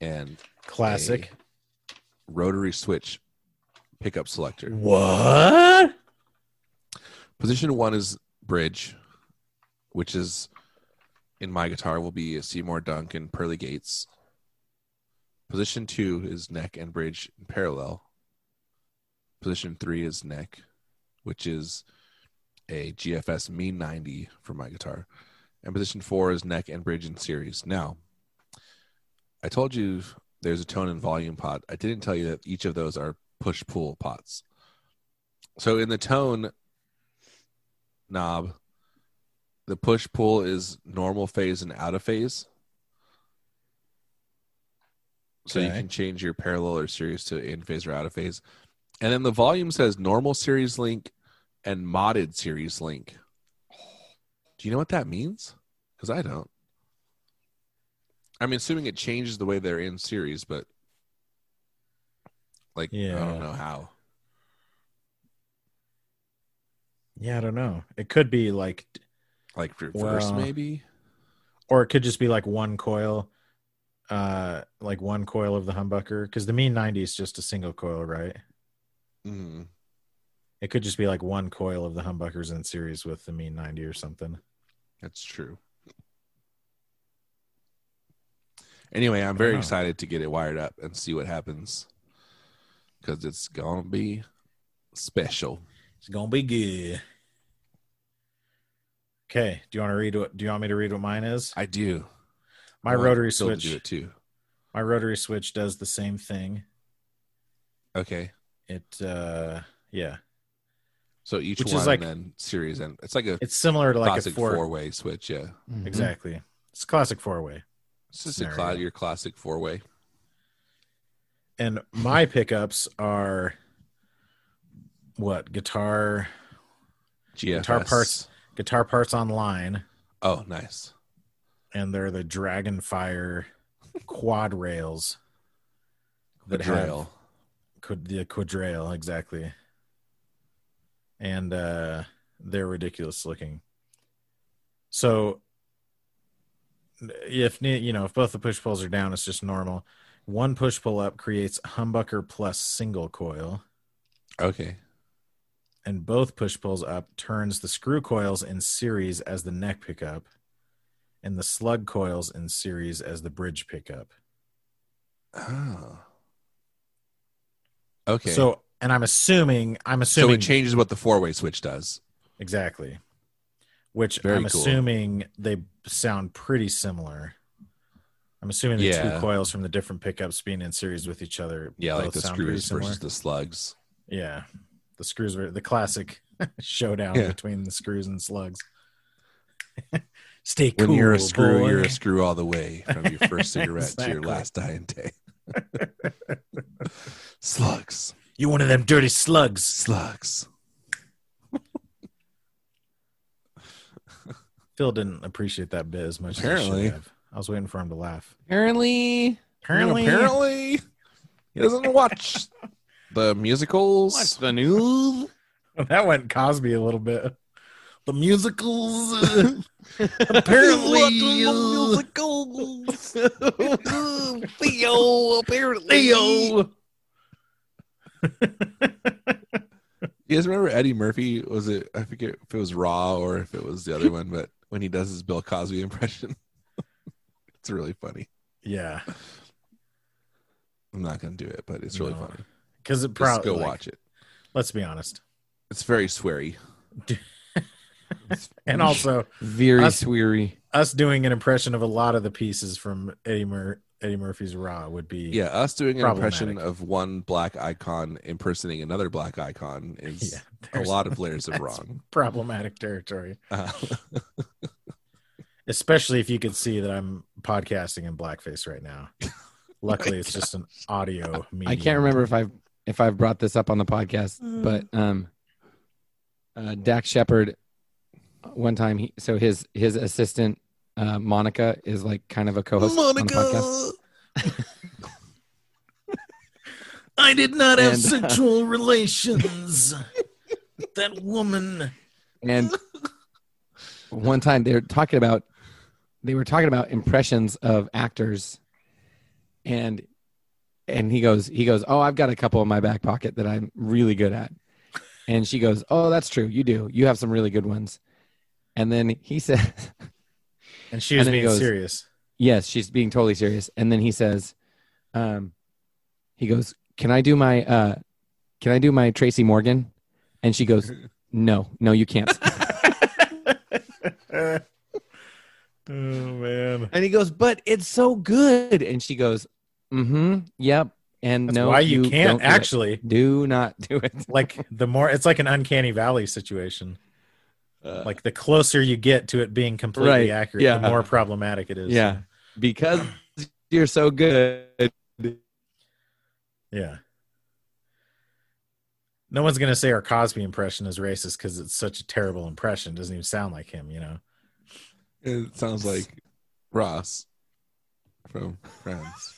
[SPEAKER 1] and
[SPEAKER 3] classic
[SPEAKER 1] rotary switch pickup selector.
[SPEAKER 3] what
[SPEAKER 1] Position one is bridge, which is in my guitar will be Seymour Dunk and Pearly Gates. Position two is neck and bridge in parallel. Position three is neck, which is a GFS mean 90 for my guitar. And position four is neck and bridge in series. Now, I told you there's a tone and volume pot. I didn't tell you that each of those are push pull pots. So in the tone, knob. The push pull is normal phase and out of phase. So you
[SPEAKER 3] Okay.
[SPEAKER 1] can change your parallel or series to in phase or out of phase. And then the volume says normal series link and modded series link. Do you know what that means? Because I don't. I'm assuming it changes the way they're in series, but like I
[SPEAKER 3] Yeah.
[SPEAKER 1] don't know how.
[SPEAKER 3] yeah i don't know it could be like
[SPEAKER 1] Like reverse
[SPEAKER 3] Well,
[SPEAKER 1] maybe?
[SPEAKER 3] or it could just be like one coil uh like one coil of the humbucker because the mean 90 is just a single coil right
[SPEAKER 1] Mhm.
[SPEAKER 3] it could just be like one coil of the humbuckers in series with the mean 90 or something
[SPEAKER 1] That's true. Anyway, I'm very
[SPEAKER 3] Wow.
[SPEAKER 1] excited to get it wired up and see what happens. because it's gonna be special.
[SPEAKER 3] It's gonna be good. Okay. Do you want to read what? Do you want me to read what mine is?
[SPEAKER 1] I do.
[SPEAKER 3] My
[SPEAKER 1] I want
[SPEAKER 3] rotary
[SPEAKER 1] Phil to do
[SPEAKER 3] switch.
[SPEAKER 1] it too.
[SPEAKER 3] My rotary switch does the same thing.
[SPEAKER 1] Okay,
[SPEAKER 3] It. uh Yeah.
[SPEAKER 1] so each
[SPEAKER 3] Which is
[SPEAKER 1] one
[SPEAKER 3] like-
[SPEAKER 1] then series and it's like a
[SPEAKER 3] It's similar to like
[SPEAKER 1] classic
[SPEAKER 3] a four.
[SPEAKER 1] four way switch. Yeah,
[SPEAKER 2] Mhm.
[SPEAKER 3] Exactly. It's a classic four way.
[SPEAKER 1] it's just a cla-
[SPEAKER 3] Scenario.
[SPEAKER 1] your classic four way.
[SPEAKER 3] And my pickups are what guitar
[SPEAKER 1] GFS.
[SPEAKER 3] parts. guitar parts online,
[SPEAKER 1] Oh, nice.
[SPEAKER 3] and they're the Dragonfire quad rails that have
[SPEAKER 1] Quadrille.
[SPEAKER 3] could the quadrail exactly and uh they're ridiculous looking so if ne- you know if both the push pulls are down it's just normal one push pull up creates humbucker plus single coil
[SPEAKER 1] Okay.
[SPEAKER 3] and both push pulls up turns the screw coils in series as the neck pickup and the slug coils in series as the bridge pickup
[SPEAKER 1] Oh. Okay.
[SPEAKER 3] so and i'm assuming i'm
[SPEAKER 1] so
[SPEAKER 3] assuming
[SPEAKER 1] it changes what the four way switch does.
[SPEAKER 3] Exactly. Which
[SPEAKER 1] Very
[SPEAKER 3] I'm
[SPEAKER 1] cool.
[SPEAKER 3] assuming they sound pretty similar. I'm assuming the
[SPEAKER 1] Yeah.
[SPEAKER 3] two coils from the different pickups being in series with each other.
[SPEAKER 1] Yeah, like
[SPEAKER 3] both
[SPEAKER 1] the
[SPEAKER 3] Oh, sound pretty
[SPEAKER 1] screws
[SPEAKER 3] similar.
[SPEAKER 1] versus the slugs.
[SPEAKER 3] Yeah. The screws were the classic showdown
[SPEAKER 1] Yeah.
[SPEAKER 3] between the screws and slugs. Stay cool.
[SPEAKER 1] When you're a screw,
[SPEAKER 3] boy.
[SPEAKER 1] you're a screw all the way from your first cigarette to your
[SPEAKER 3] Exactly.
[SPEAKER 1] last dying day. slugs,
[SPEAKER 3] You're one of them dirty slugs.
[SPEAKER 1] slugs.
[SPEAKER 3] Phil didn't appreciate that bit as much as I
[SPEAKER 1] Apparently.
[SPEAKER 3] should have. I was waiting for him to laugh.
[SPEAKER 2] Hmm. Apparently,
[SPEAKER 3] Apparently,
[SPEAKER 1] apparently, he doesn't watch the musicals.
[SPEAKER 2] what's the news?
[SPEAKER 3] that went Cosby a little bit. The musicals. apparently, uh,
[SPEAKER 2] Theo, apparently.
[SPEAKER 3] Leo.
[SPEAKER 1] You guys remember Eddie Murphy? Was it I forget if it was Raw or if it was the other one, but when he does his Bill Cosby impression, it's really funny.
[SPEAKER 3] Yeah,
[SPEAKER 1] I'm not gonna do it, but it's really
[SPEAKER 3] No.
[SPEAKER 1] funny.
[SPEAKER 3] because it
[SPEAKER 1] Just
[SPEAKER 3] probably.
[SPEAKER 1] go
[SPEAKER 3] like,
[SPEAKER 1] watch it.
[SPEAKER 3] Let's be honest,
[SPEAKER 1] It's very sweary. Mm.
[SPEAKER 3] and also
[SPEAKER 2] Very
[SPEAKER 3] Us-
[SPEAKER 2] sweary.
[SPEAKER 3] us doing an impression of a lot of the pieces from Eddie Mur- Eddie Murphy's Raw would be.
[SPEAKER 1] Yeah, us doing an impression
[SPEAKER 3] Problematic.
[SPEAKER 1] of one black icon impersonating another black icon is
[SPEAKER 3] Yeah,
[SPEAKER 1] a
[SPEAKER 3] there's
[SPEAKER 1] lot of layers of
[SPEAKER 3] that's-
[SPEAKER 1] wrong.
[SPEAKER 3] problematic territory,
[SPEAKER 1] Uh,
[SPEAKER 3] especially if you could see that I'm podcasting in blackface right now. Luckily, it's just an audio. Medium.
[SPEAKER 2] I can't remember if I've if I've brought this up on the podcast, but um, uh, Dak Shepard, one time, he, so his his assistant uh, Monica is like kind of a co-host on the podcast.
[SPEAKER 3] I did not have
[SPEAKER 2] And, uh,
[SPEAKER 3] sexual relations. with that woman.
[SPEAKER 2] And one time they were talking about they were talking about impressions of actors and and he goes he goes, "Oh, I've got a couple in my back pocket that I'm really good at." And she goes, "Oh, that's true. You do. You have some really good ones." And then he says,
[SPEAKER 3] And she was
[SPEAKER 2] then he
[SPEAKER 3] being
[SPEAKER 2] goes,
[SPEAKER 3] serious.
[SPEAKER 2] "Yes, she's being totally serious." And then he says um he goes, "Can I do my uh can I do my Tracy Morgan?" And she goes, "No. No, you can't."
[SPEAKER 3] oh man.
[SPEAKER 2] And he goes, but it's so good. And she goes, mm-hmm, yep. And
[SPEAKER 3] That's
[SPEAKER 2] no,
[SPEAKER 3] why you,
[SPEAKER 2] don't
[SPEAKER 3] can't
[SPEAKER 2] do it.
[SPEAKER 3] actually.
[SPEAKER 2] do not do it.
[SPEAKER 3] Like the more it's like an uncanny valley situation.
[SPEAKER 1] Uh,
[SPEAKER 3] Like the closer you get to it being completely
[SPEAKER 2] Right,
[SPEAKER 3] accurate,
[SPEAKER 2] yeah.
[SPEAKER 3] the more problematic it is.
[SPEAKER 2] Yeah, because you're so good.
[SPEAKER 3] Yeah. No one's gonna say our Cosby impression is racist because it's such a terrible impression. It doesn't even sound like him, you know.
[SPEAKER 1] it sounds like Ross from Friends.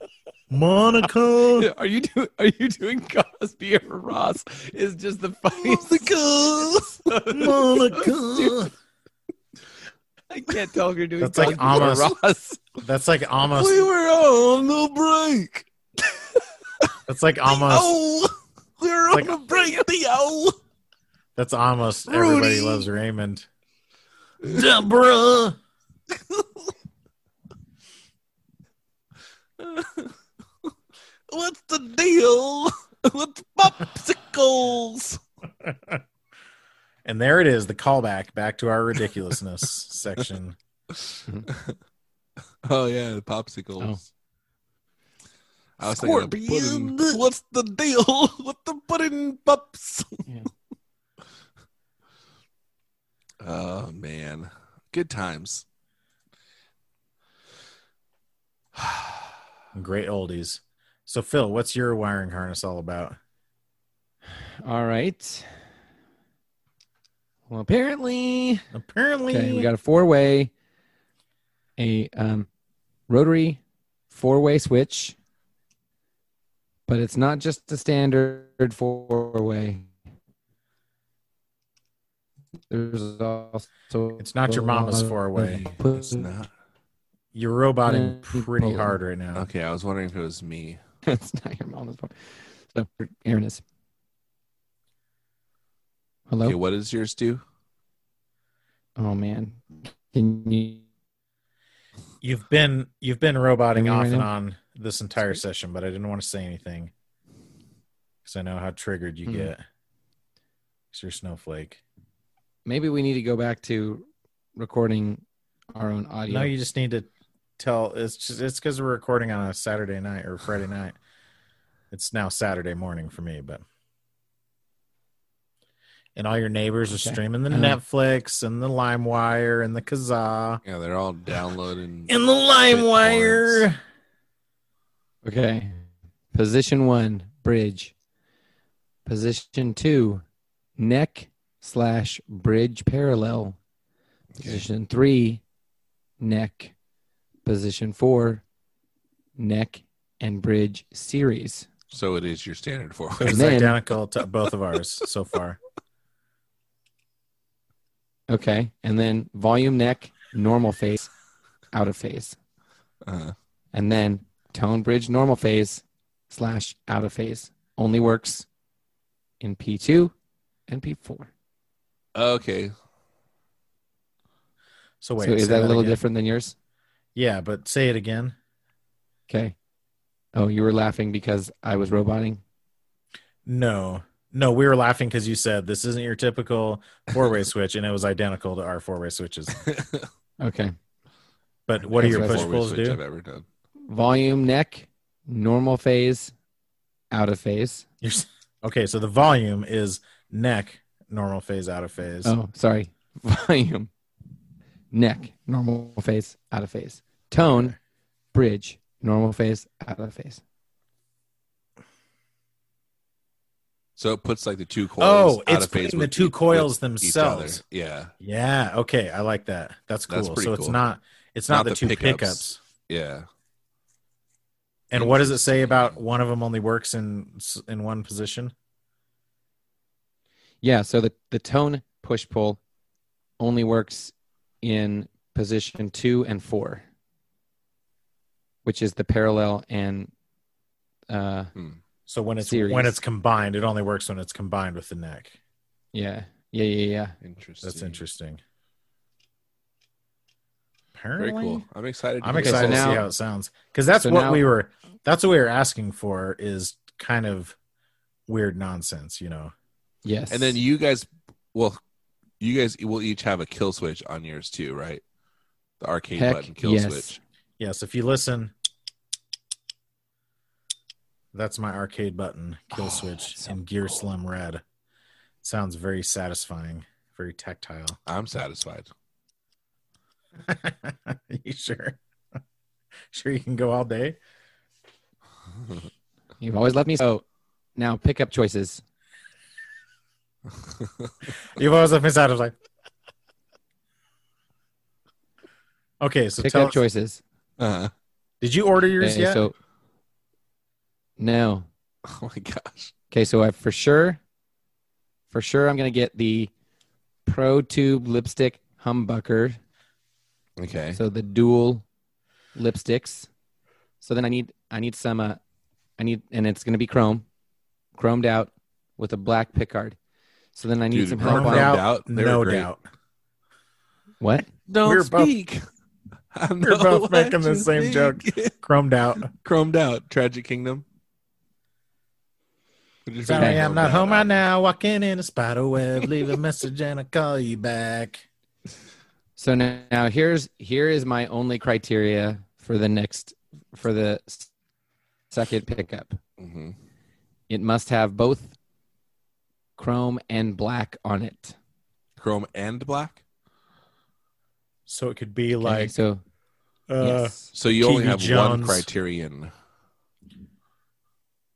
[SPEAKER 3] Monica.
[SPEAKER 2] Are you doing? Are you doing Cosby or Ross? Is just the funniest.
[SPEAKER 3] Monica.
[SPEAKER 2] I can't tell if you're doing
[SPEAKER 3] That's like
[SPEAKER 2] Cosby or
[SPEAKER 3] almost-
[SPEAKER 2] Ross.
[SPEAKER 3] That's like almost
[SPEAKER 1] were on the break.
[SPEAKER 3] that's like almost
[SPEAKER 1] Oh, we were
[SPEAKER 3] Like-
[SPEAKER 1] the break. Theo.
[SPEAKER 3] that's almost everybody
[SPEAKER 1] Rudy.
[SPEAKER 3] loves Raymond.
[SPEAKER 1] Deborah. What's the deal with popsicles?
[SPEAKER 3] And there it is, the callback back to our ridiculousness section.
[SPEAKER 1] Oh yeah, the popsicles.
[SPEAKER 3] Oh.
[SPEAKER 1] I was thinking of the pudding.
[SPEAKER 4] Scorpion.
[SPEAKER 1] What's the deal with the pudding pups?
[SPEAKER 2] Yeah.
[SPEAKER 1] oh man, good times.
[SPEAKER 3] Great oldies. So Phil, what's your wiring harness all about?
[SPEAKER 2] All right. Well, apparently,
[SPEAKER 3] Apparently,
[SPEAKER 2] okay, we got a four-way, a um, rotary four-way switch, but it's not just the standard four-way. There's also
[SPEAKER 3] It's not your mama's four-way.
[SPEAKER 1] It's not
[SPEAKER 3] you're roboting
[SPEAKER 2] Yeah.
[SPEAKER 3] pretty hard right now.
[SPEAKER 1] okay. I was wondering if it was me.
[SPEAKER 2] That's not your mama's fault. So Aaron is. Hello.
[SPEAKER 1] Okay, what does yours do?
[SPEAKER 2] Oh man, can you?
[SPEAKER 3] You've been you've been roboting
[SPEAKER 2] Am I
[SPEAKER 3] off
[SPEAKER 2] right
[SPEAKER 3] and
[SPEAKER 2] now?
[SPEAKER 3] on this entire session, but I didn't want to say anything because I know how triggered you
[SPEAKER 2] Hmm.
[SPEAKER 3] get. It's your snowflake.
[SPEAKER 2] Maybe we need to go back to recording our own audio.
[SPEAKER 3] No, you just need to tell. It's just, it's because we're recording on a Saturday night or Friday night. It's now Saturday morning for me, but and all your neighbors are
[SPEAKER 2] Okay.
[SPEAKER 3] streaming the
[SPEAKER 2] Um,
[SPEAKER 3] Netflix and the LimeWire and the Kazaa
[SPEAKER 1] Yeah, they're all downloading.
[SPEAKER 3] and the LimeWire.
[SPEAKER 2] okay. Position one, bridge. Position two, neck slash bridge parallel. Position three, neck. Position four, neck and bridge series.
[SPEAKER 1] so it is your standard four
[SPEAKER 3] It
[SPEAKER 1] way.
[SPEAKER 3] was
[SPEAKER 2] then-
[SPEAKER 3] identical to both of ours so far.
[SPEAKER 2] Okay. And then volume neck, normal phase, out of phase.
[SPEAKER 1] Uh,
[SPEAKER 2] And then tone bridge, normal phase, slash out of phase. Only works in P2 and P4.
[SPEAKER 1] okay,
[SPEAKER 3] So wait,
[SPEAKER 2] so is
[SPEAKER 3] say
[SPEAKER 2] that a little
[SPEAKER 3] again.
[SPEAKER 2] different than yours?
[SPEAKER 3] Yeah, but say it again.
[SPEAKER 2] Okay. Oh, you were laughing because I was roboting?
[SPEAKER 3] No, no, we were laughing because you said this isn't your typical four-way switch, and it was identical to our four-way switches.
[SPEAKER 2] Okay.
[SPEAKER 3] But what do
[SPEAKER 2] That's
[SPEAKER 3] your
[SPEAKER 2] right.
[SPEAKER 3] push
[SPEAKER 1] Four-way
[SPEAKER 3] pulls
[SPEAKER 1] switch
[SPEAKER 3] do?
[SPEAKER 1] I've ever done.
[SPEAKER 2] Volume neck, normal phase, out of phase.
[SPEAKER 3] You're, s- okay, so the volume is neck, normal phase, out of phase.
[SPEAKER 2] Oh, sorry. Volume, neck, normal phase, out of phase. Tone, bridge, normal phase, out of phase.
[SPEAKER 1] So it puts like the two coils.
[SPEAKER 3] Oh,
[SPEAKER 1] out
[SPEAKER 3] it's
[SPEAKER 1] of phase
[SPEAKER 3] putting the
[SPEAKER 1] with
[SPEAKER 3] two
[SPEAKER 1] each-
[SPEAKER 3] coils
[SPEAKER 1] with each other.
[SPEAKER 3] themselves.
[SPEAKER 1] Yeah,
[SPEAKER 3] Yeah. Okay, I like that. That's cool.
[SPEAKER 1] That's pretty
[SPEAKER 3] so it's
[SPEAKER 1] cool.
[SPEAKER 3] not it's not, the, two pickups.
[SPEAKER 1] yeah.
[SPEAKER 3] And what does it say about one of them only works in s- in one position?
[SPEAKER 2] Yeah, so the, the tone push pull only works in position two and four, which is the parallel and uh
[SPEAKER 3] So when it's
[SPEAKER 2] Series.
[SPEAKER 3] when it's combined, it only works when it's combined with the neck.
[SPEAKER 2] yeah. Yeah, yeah, yeah.
[SPEAKER 1] Interesting.
[SPEAKER 3] That's interesting.
[SPEAKER 1] Very
[SPEAKER 3] Apparently,
[SPEAKER 1] cool. I'm excited. to
[SPEAKER 3] I'm
[SPEAKER 1] hear
[SPEAKER 3] excited
[SPEAKER 1] this.
[SPEAKER 2] so
[SPEAKER 3] to
[SPEAKER 2] now-
[SPEAKER 3] see how it sounds because that's
[SPEAKER 2] so
[SPEAKER 3] what
[SPEAKER 2] now-
[SPEAKER 3] we were. That's what we were asking for is kind of weird nonsense, you know.
[SPEAKER 2] Yes.
[SPEAKER 1] And then you guys, well, you guys will each have a kill switch on yours too, right? The arcade
[SPEAKER 2] Heck
[SPEAKER 1] button kill
[SPEAKER 2] yes.
[SPEAKER 1] switch.
[SPEAKER 3] Yes, if you listen, that's my arcade button kill
[SPEAKER 2] Oh,
[SPEAKER 3] switch
[SPEAKER 2] that's so
[SPEAKER 3] in Gear
[SPEAKER 2] cool.
[SPEAKER 3] Slim Red. Sounds very satisfying, very tactile.
[SPEAKER 1] I'm satisfied.
[SPEAKER 3] you sure? sure you can go all day? Uh-huh.
[SPEAKER 2] you've always left me so now pickup choices.
[SPEAKER 3] You've always left me out. I was like, okay. So
[SPEAKER 2] Pickup
[SPEAKER 3] tell us,
[SPEAKER 2] choices.
[SPEAKER 1] uh,
[SPEAKER 3] did you order yours
[SPEAKER 2] Okay,
[SPEAKER 3] yet?
[SPEAKER 2] so no.
[SPEAKER 1] oh my gosh.
[SPEAKER 2] Okay, so I for sure for sure I'm gonna get the Pro Tube lipstick humbucker
[SPEAKER 1] Okay.
[SPEAKER 2] So the dual lipsticks. So then I need I need some uh I need and it's gonna be chrome, chromed out with a black pickguard. So then I need
[SPEAKER 1] Dude,
[SPEAKER 2] some
[SPEAKER 1] chromed
[SPEAKER 2] help on
[SPEAKER 1] out? They were
[SPEAKER 3] no
[SPEAKER 1] great.
[SPEAKER 3] doubt.
[SPEAKER 2] what?
[SPEAKER 1] Don't
[SPEAKER 3] We're both-
[SPEAKER 1] speak.
[SPEAKER 3] we're both making the same joke. Chromed out.
[SPEAKER 1] Chromed out. Tragic Kingdom.
[SPEAKER 3] Sorry, I'm not home right now. Walking in a spider web. Leave a message and I'll call you back.
[SPEAKER 2] So now, now here's here is my only criteria for the next for the s- second pickup.
[SPEAKER 1] hmm
[SPEAKER 2] It must have both chrome and black on it.
[SPEAKER 1] Chrome and black.
[SPEAKER 3] So it could be
[SPEAKER 2] Okay,
[SPEAKER 3] like
[SPEAKER 2] so
[SPEAKER 3] uh,
[SPEAKER 2] yes.
[SPEAKER 1] So you
[SPEAKER 3] TV
[SPEAKER 1] only have one
[SPEAKER 3] Jones.
[SPEAKER 1] criterion.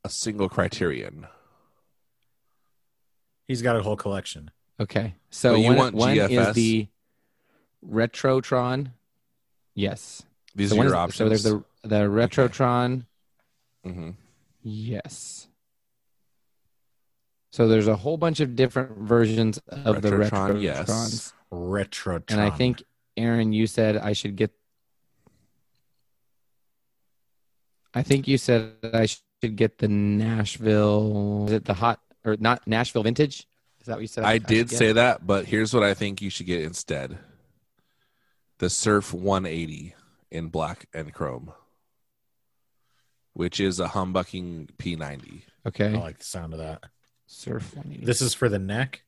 [SPEAKER 1] A single criterion.
[SPEAKER 3] he's got a whole collection.
[SPEAKER 2] Okay. So
[SPEAKER 1] But you
[SPEAKER 2] one,
[SPEAKER 1] want
[SPEAKER 2] one is
[SPEAKER 1] GFS?
[SPEAKER 2] the Retrotron. Yes.
[SPEAKER 1] These
[SPEAKER 2] So
[SPEAKER 1] are
[SPEAKER 2] one
[SPEAKER 1] your
[SPEAKER 2] is-
[SPEAKER 1] options.
[SPEAKER 2] So there's the the Retrotron.
[SPEAKER 1] hmm
[SPEAKER 2] Yes. So there's a whole bunch of different versions of the
[SPEAKER 1] Retrotron,
[SPEAKER 2] Retrotrons.
[SPEAKER 1] yes.
[SPEAKER 3] Retro.
[SPEAKER 2] And I think Aaron, you said I should get I think you said that I should get the Nashville is it the hot or not Nashville vintage? Is that what you said?
[SPEAKER 1] I
[SPEAKER 2] should
[SPEAKER 1] did
[SPEAKER 2] get?
[SPEAKER 1] say that, but here's what I think you should get instead: the Surf 180 in black and chrome, which is a humbucking P90.
[SPEAKER 2] Okay.
[SPEAKER 1] Oh,
[SPEAKER 3] I like the sound of that.
[SPEAKER 2] Surf 180.
[SPEAKER 3] This is for the neck.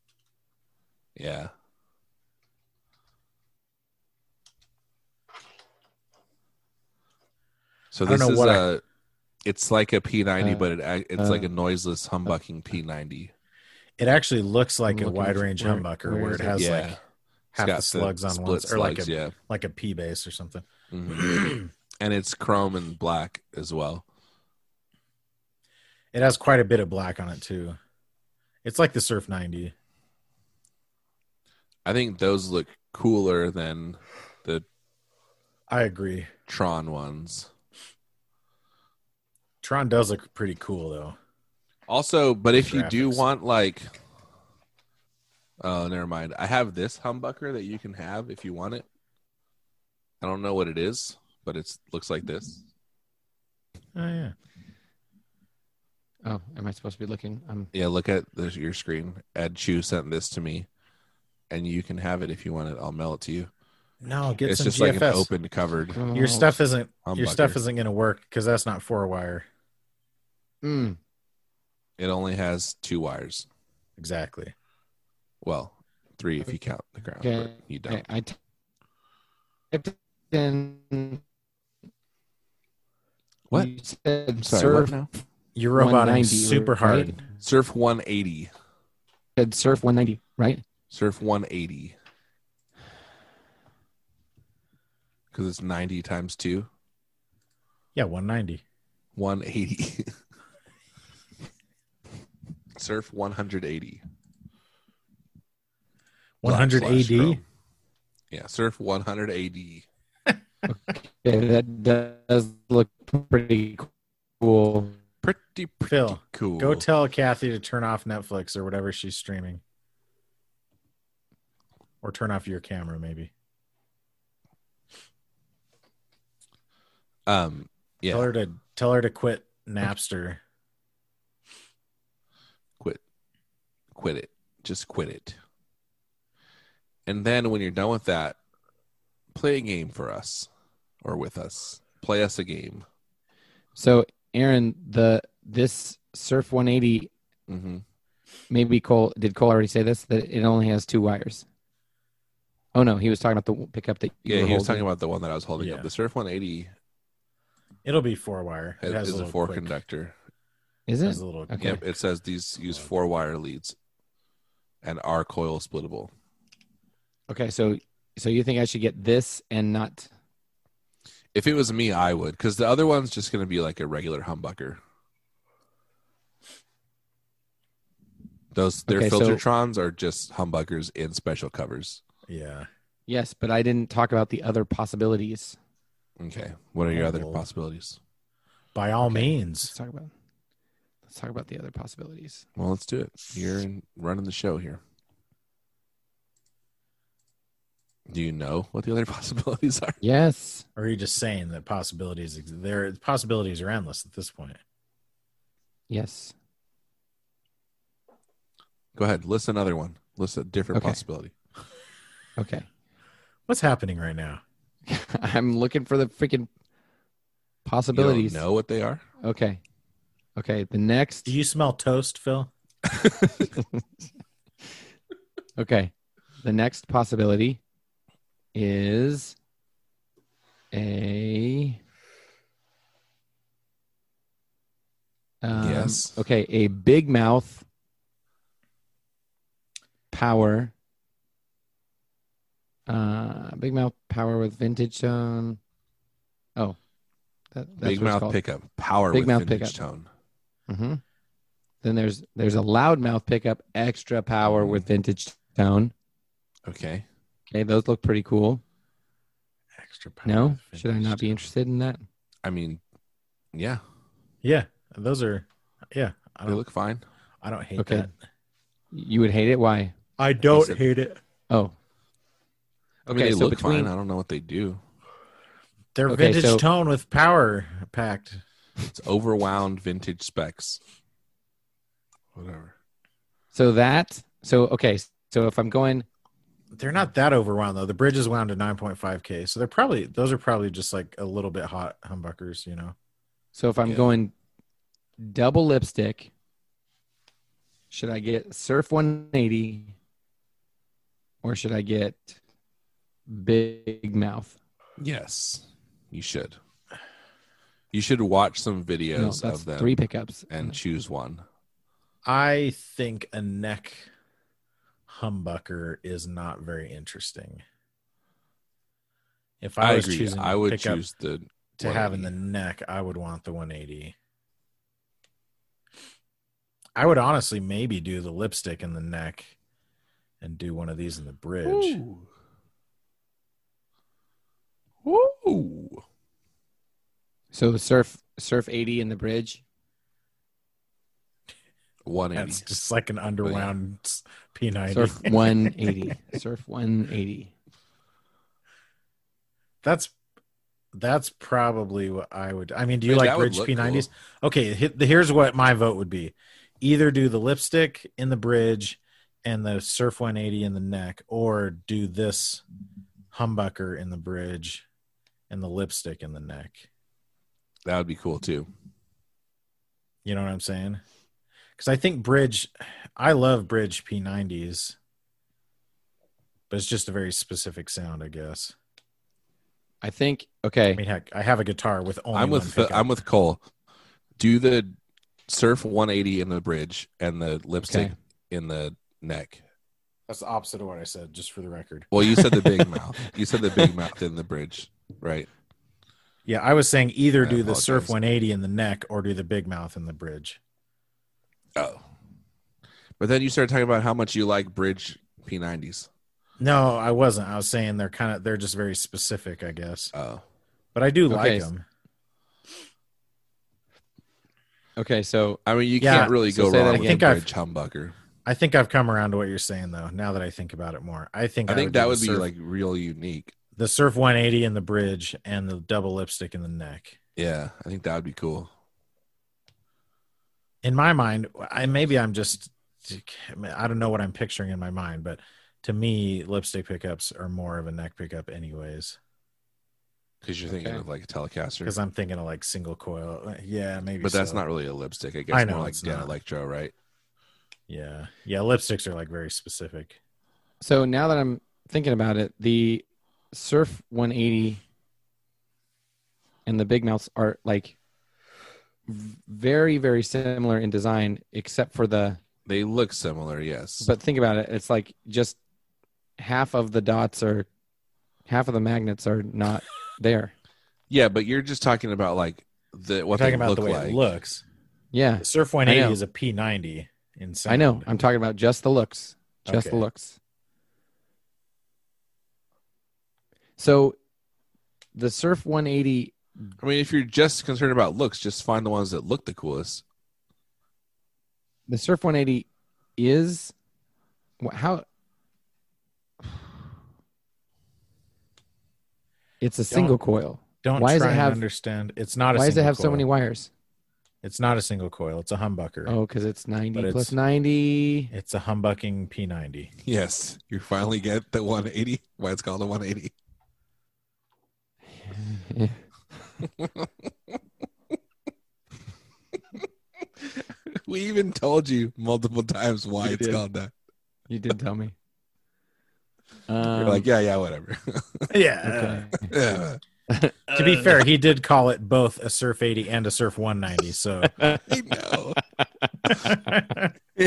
[SPEAKER 1] Yeah, so
[SPEAKER 3] I don't
[SPEAKER 1] this
[SPEAKER 3] know
[SPEAKER 1] is
[SPEAKER 3] what I-
[SPEAKER 1] a. It's like a P90,
[SPEAKER 2] Uh,
[SPEAKER 1] but it ac- it's
[SPEAKER 2] uh,
[SPEAKER 1] like a noiseless
[SPEAKER 3] uh,
[SPEAKER 1] humbucking P90.
[SPEAKER 3] It actually looks like
[SPEAKER 2] I'm
[SPEAKER 3] a
[SPEAKER 2] looking
[SPEAKER 3] wide
[SPEAKER 2] for-
[SPEAKER 3] range
[SPEAKER 2] where-
[SPEAKER 3] humbucker
[SPEAKER 2] where
[SPEAKER 3] where,
[SPEAKER 2] is
[SPEAKER 3] it
[SPEAKER 2] it?
[SPEAKER 3] has
[SPEAKER 1] Yeah.
[SPEAKER 3] like
[SPEAKER 1] It's
[SPEAKER 3] half
[SPEAKER 1] got
[SPEAKER 3] the slugs on
[SPEAKER 1] split
[SPEAKER 3] one or like
[SPEAKER 1] slugs,
[SPEAKER 3] a
[SPEAKER 1] yeah.
[SPEAKER 3] like a P bass or something.
[SPEAKER 1] Mhm.
[SPEAKER 3] it
[SPEAKER 1] and it's chrome and black as well.
[SPEAKER 3] has quite a bit of black on it too. It's like the Surf 90.
[SPEAKER 1] I think those look cooler than the
[SPEAKER 3] I agree.
[SPEAKER 1] Tron ones.
[SPEAKER 3] Tron does look pretty cool though.
[SPEAKER 1] Also, but if you do
[SPEAKER 3] Graphics.
[SPEAKER 1] want like Oh, never mind. I have this humbucker that you can have if you want it. I don't know what it is, but it looks like this.
[SPEAKER 3] Oh yeah.
[SPEAKER 2] Oh, am I supposed to be looking? Um,
[SPEAKER 1] Yeah, look at the, your screen. Ed Chu sent this to me, and you can have it if you want it. I'll mail it to you.
[SPEAKER 3] No, get
[SPEAKER 1] it's
[SPEAKER 3] some
[SPEAKER 1] just like
[SPEAKER 3] GFS.
[SPEAKER 1] an open covered.
[SPEAKER 3] Your stuff isn't your
[SPEAKER 1] humbucker.
[SPEAKER 3] stuff isn't gonna work because that's not four wire.
[SPEAKER 2] Mm.
[SPEAKER 1] It only has two wires.
[SPEAKER 3] Exactly.
[SPEAKER 1] Well, three if you count the ground,
[SPEAKER 2] Okay.
[SPEAKER 1] but you don't.
[SPEAKER 2] I, I t- typed in.
[SPEAKER 1] What?
[SPEAKER 2] You said
[SPEAKER 1] I'm sorry, what
[SPEAKER 2] surf
[SPEAKER 1] now?
[SPEAKER 3] Your robot
[SPEAKER 2] 190,
[SPEAKER 3] is super
[SPEAKER 2] right?
[SPEAKER 3] hard.
[SPEAKER 1] Surf 180.
[SPEAKER 2] Said surf 190, right?
[SPEAKER 1] Surf 180. Because it's 90 times 2.
[SPEAKER 3] Yeah, 190.
[SPEAKER 1] 180. surf 180. Black
[SPEAKER 3] 100
[SPEAKER 1] slash
[SPEAKER 3] AD.
[SPEAKER 1] chrome. Yeah, surf 100 AD.
[SPEAKER 2] Okay, that does look pretty cool.
[SPEAKER 1] Pretty, pretty
[SPEAKER 3] Phil,
[SPEAKER 1] cool.
[SPEAKER 3] Go tell Kathy to turn off Netflix or whatever she's streaming. Or turn off your camera, maybe.
[SPEAKER 1] um, yeah,
[SPEAKER 3] Tell her to tell her to quit Napster.
[SPEAKER 1] quit. Quit it. Just quit it. And then when you're done with that, play a game for us or with us. Play us a game.
[SPEAKER 2] So, Aaron, the this surf 180,
[SPEAKER 1] Mm-hmm.
[SPEAKER 2] maybe Cole did Cole already say this that it only has two wires. Oh no, he was talking about the pickup that you
[SPEAKER 1] Yeah,
[SPEAKER 2] were
[SPEAKER 1] he was talking
[SPEAKER 2] holding.
[SPEAKER 1] about the one that I was holding
[SPEAKER 3] Yeah.
[SPEAKER 1] up. The Surf 180
[SPEAKER 3] It'll be four wire. It
[SPEAKER 1] has,
[SPEAKER 3] has
[SPEAKER 1] is
[SPEAKER 3] a
[SPEAKER 1] a
[SPEAKER 3] little
[SPEAKER 1] four
[SPEAKER 3] quick-
[SPEAKER 1] conductor.
[SPEAKER 2] Is
[SPEAKER 3] has
[SPEAKER 2] it?
[SPEAKER 3] a little
[SPEAKER 2] Okay.
[SPEAKER 1] Yep, it says these use four wire leads and are coil splittable.
[SPEAKER 2] Okay, so so you think I should get this and not
[SPEAKER 1] If it was me, I would, because the other one's just going to be like a regular humbucker. Those their
[SPEAKER 2] Okay, so-
[SPEAKER 1] filtertrons are just humbuckers in special covers.
[SPEAKER 3] Yeah.
[SPEAKER 2] Yes, but I didn't talk about the other possibilities.
[SPEAKER 1] Okay, what are your other
[SPEAKER 3] Oh.
[SPEAKER 1] possibilities?
[SPEAKER 3] By all
[SPEAKER 2] Okay. Let's
[SPEAKER 3] means.
[SPEAKER 2] talk about let's talk about the other possibilities.
[SPEAKER 1] Well, let's do it. You're in, running the show here. Do you know what the other possibilities are?
[SPEAKER 2] Yes.
[SPEAKER 3] Or are you just saying that possibilities ex- there possibilities are endless at this point?
[SPEAKER 2] Yes.
[SPEAKER 1] Go ahead. List another one. List a different
[SPEAKER 2] Okay.
[SPEAKER 1] possibility.
[SPEAKER 2] Okay.
[SPEAKER 3] What's happening right now?
[SPEAKER 2] I'm looking for the freaking
[SPEAKER 1] You don't
[SPEAKER 2] possibilities.
[SPEAKER 1] know what they are?
[SPEAKER 2] Okay. Okay, the next.
[SPEAKER 3] Do you smell toast, Phil?
[SPEAKER 2] Okay, the next possibility is a. um,
[SPEAKER 1] Yes.
[SPEAKER 2] Okay, a big mouth power. Uh, big mouth power with vintage tone. Oh, that, that's
[SPEAKER 1] Big mouth pickup, power
[SPEAKER 2] Big
[SPEAKER 1] with
[SPEAKER 2] mouth
[SPEAKER 1] vintage
[SPEAKER 2] pickup.
[SPEAKER 1] tone.
[SPEAKER 2] hmm Then there's there's a loud mouth pickup, extra power
[SPEAKER 1] Mm-hmm.
[SPEAKER 2] with vintage tone.
[SPEAKER 1] Okay.
[SPEAKER 2] Okay, those look pretty cool.
[SPEAKER 3] Extra power.
[SPEAKER 2] No, should I not be interested in that?
[SPEAKER 1] I mean, yeah,
[SPEAKER 3] Yeah, those are. Yeah, I
[SPEAKER 1] they
[SPEAKER 3] don't.
[SPEAKER 1] look fine.
[SPEAKER 3] I don't hate
[SPEAKER 2] Okay.
[SPEAKER 3] that.
[SPEAKER 2] You would hate it. Why?
[SPEAKER 3] I
[SPEAKER 1] don't
[SPEAKER 3] hate it.
[SPEAKER 2] Oh,
[SPEAKER 1] I mean,
[SPEAKER 2] Okay,
[SPEAKER 1] they
[SPEAKER 2] so
[SPEAKER 1] look
[SPEAKER 2] between-
[SPEAKER 1] fine. I don't know what they do.
[SPEAKER 3] They're
[SPEAKER 2] Okay,
[SPEAKER 3] vintage
[SPEAKER 2] so-
[SPEAKER 3] tone with power packed.
[SPEAKER 1] It's overwound vintage specs. Whatever.
[SPEAKER 2] so that so okay. So if I'm going,
[SPEAKER 3] They're not that overwound though. The bridge is wound to 9.5k, so they're probably those are probably just like a little bit hot humbuckers, you know.
[SPEAKER 2] so if I'm
[SPEAKER 1] Yeah.
[SPEAKER 2] going, double lipstick. Should I get Surf 180, or should I get Big Mouth?
[SPEAKER 1] Yes, you should. You should watch some
[SPEAKER 2] No,
[SPEAKER 1] videos
[SPEAKER 2] that's
[SPEAKER 1] of them
[SPEAKER 2] three pickups.
[SPEAKER 1] and choose one.
[SPEAKER 3] I think a neck humbucker is not very interesting. If I,
[SPEAKER 1] I,
[SPEAKER 3] was
[SPEAKER 1] agree.
[SPEAKER 3] choosing
[SPEAKER 1] I would
[SPEAKER 3] pickup
[SPEAKER 1] choose the
[SPEAKER 3] to have in the
[SPEAKER 1] 180.
[SPEAKER 3] neck, I would want the 180. I would honestly maybe do the lipstick in the neck and do one of these in the bridge.
[SPEAKER 1] Ooh. Ooh.
[SPEAKER 2] So Surf Surf 80 in the bridge.
[SPEAKER 1] 180.
[SPEAKER 3] That's just like an underwound s- P90.
[SPEAKER 2] Surf 180. Surf 180.
[SPEAKER 3] That's that's probably what I would. I mean, do
[SPEAKER 1] I
[SPEAKER 3] you
[SPEAKER 1] mean,
[SPEAKER 3] like
[SPEAKER 1] that would
[SPEAKER 3] bridge
[SPEAKER 1] look
[SPEAKER 3] P90s?
[SPEAKER 1] cool.
[SPEAKER 3] Okay, he- here's what my vote would be: either do the lipstick in the bridge and the Surf 180 in the neck, or do this humbucker in the bridge and the lipstick in the neck.
[SPEAKER 1] That would be cool too.
[SPEAKER 3] You know what I'm saying? Because I think bridge, I love bridge P90s, but it's just a very specific sound, I guess.
[SPEAKER 2] I think
[SPEAKER 3] I
[SPEAKER 2] okay.
[SPEAKER 3] mean, heck, I have a guitar with only
[SPEAKER 1] I'm
[SPEAKER 3] one
[SPEAKER 1] with
[SPEAKER 3] pickup.
[SPEAKER 1] I'm with Cole. Do the surf 180 in the bridge and the lipstick
[SPEAKER 2] Okay.
[SPEAKER 1] in the neck.
[SPEAKER 3] That's the opposite of what I said, just for the record.
[SPEAKER 1] Well, you said the big mouth. You said the big mouth in the bridge, right?
[SPEAKER 3] Yeah, I was saying either
[SPEAKER 1] I
[SPEAKER 3] do the surf
[SPEAKER 1] apologize.
[SPEAKER 3] 180 in the neck or do the big mouth in the bridge.
[SPEAKER 1] Oh. But then you started talking about how much you like bridge P90s.
[SPEAKER 3] No, I wasn't. I was saying they're kind of they're just very specific, I guess.
[SPEAKER 1] Oh.
[SPEAKER 3] But I do like
[SPEAKER 2] Okay.
[SPEAKER 3] them.
[SPEAKER 2] Okay, so
[SPEAKER 1] I mean, you
[SPEAKER 3] Yeah,
[SPEAKER 1] can't really
[SPEAKER 2] so
[SPEAKER 1] go
[SPEAKER 2] say that
[SPEAKER 1] wrong
[SPEAKER 2] again.
[SPEAKER 1] with
[SPEAKER 3] I think
[SPEAKER 1] a
[SPEAKER 3] I've-
[SPEAKER 1] bridge humbucker.
[SPEAKER 3] I think I've come around to what you're saying though. Now that I think about it more, I think
[SPEAKER 1] I think
[SPEAKER 3] do
[SPEAKER 1] that
[SPEAKER 3] the
[SPEAKER 1] would be
[SPEAKER 3] surf-
[SPEAKER 1] like real unique.
[SPEAKER 3] the surf 180 in the bridge and the double lipstick in the neck.
[SPEAKER 1] Yeah, I think that would be cool.
[SPEAKER 3] In my mind, I maybe I'm just I don't know what I'm picturing in my mind, but to me, lipstick pickups are more of a neck pickup, anyways.
[SPEAKER 1] Because you're thinking
[SPEAKER 2] Okay.
[SPEAKER 1] of like a Telecaster,
[SPEAKER 3] because I'm thinking of like single coil. Yeah, maybe.
[SPEAKER 1] but that's
[SPEAKER 3] so.
[SPEAKER 1] not really a lipstick. I guess
[SPEAKER 3] I know
[SPEAKER 1] more like
[SPEAKER 3] it's
[SPEAKER 1] Dan
[SPEAKER 3] not.
[SPEAKER 1] Electro, right?
[SPEAKER 3] Yeah, yeah. Lipsticks are like very specific.
[SPEAKER 2] so now that I'm thinking about it, the Surf 180 and the Big Mouths are like v- very very similar in design except for the
[SPEAKER 1] They look similar, yes.
[SPEAKER 2] but think about it, it's like just half of the dots are half of the magnets are not there.
[SPEAKER 1] yeah, but you're just talking about like the what
[SPEAKER 3] We're
[SPEAKER 1] they
[SPEAKER 3] talking about
[SPEAKER 1] look
[SPEAKER 3] the way
[SPEAKER 1] like.
[SPEAKER 3] it looks.
[SPEAKER 2] Yeah.
[SPEAKER 3] The Surf
[SPEAKER 2] I
[SPEAKER 3] 180
[SPEAKER 2] know.
[SPEAKER 3] is a P90 in sound.
[SPEAKER 2] I know. I'm talking about just the looks. Just the
[SPEAKER 3] Okay.
[SPEAKER 2] looks. So the Surf 180
[SPEAKER 1] I mean, if you're just concerned about looks, just find the ones that look the coolest.
[SPEAKER 2] the Surf 180 is wh- how It's a single coil.
[SPEAKER 3] Don't
[SPEAKER 2] Why does
[SPEAKER 3] try
[SPEAKER 2] it have-
[SPEAKER 3] and understand. It's not. A
[SPEAKER 2] Why does it
[SPEAKER 3] single
[SPEAKER 2] have so
[SPEAKER 3] coil.
[SPEAKER 2] many wires?
[SPEAKER 3] It's not a single coil. It's a humbucker.
[SPEAKER 2] Oh, cuz it's 90
[SPEAKER 3] But
[SPEAKER 2] plus
[SPEAKER 3] it's-
[SPEAKER 2] 90.
[SPEAKER 3] It's a humbucking P90.
[SPEAKER 1] Yes, you finally get the 180. Why it's called a 180? we even told you multiple times why
[SPEAKER 2] You
[SPEAKER 1] it's
[SPEAKER 2] did.
[SPEAKER 1] called that.
[SPEAKER 2] You did tell me.
[SPEAKER 1] You're
[SPEAKER 2] Um,
[SPEAKER 1] like, yeah, yeah, whatever.
[SPEAKER 3] yeah.
[SPEAKER 2] okay.
[SPEAKER 3] "Ah."
[SPEAKER 1] yeah.
[SPEAKER 3] uh, to be fair, he did call it both a Surf 80 and a Surf 190. So,
[SPEAKER 1] I know.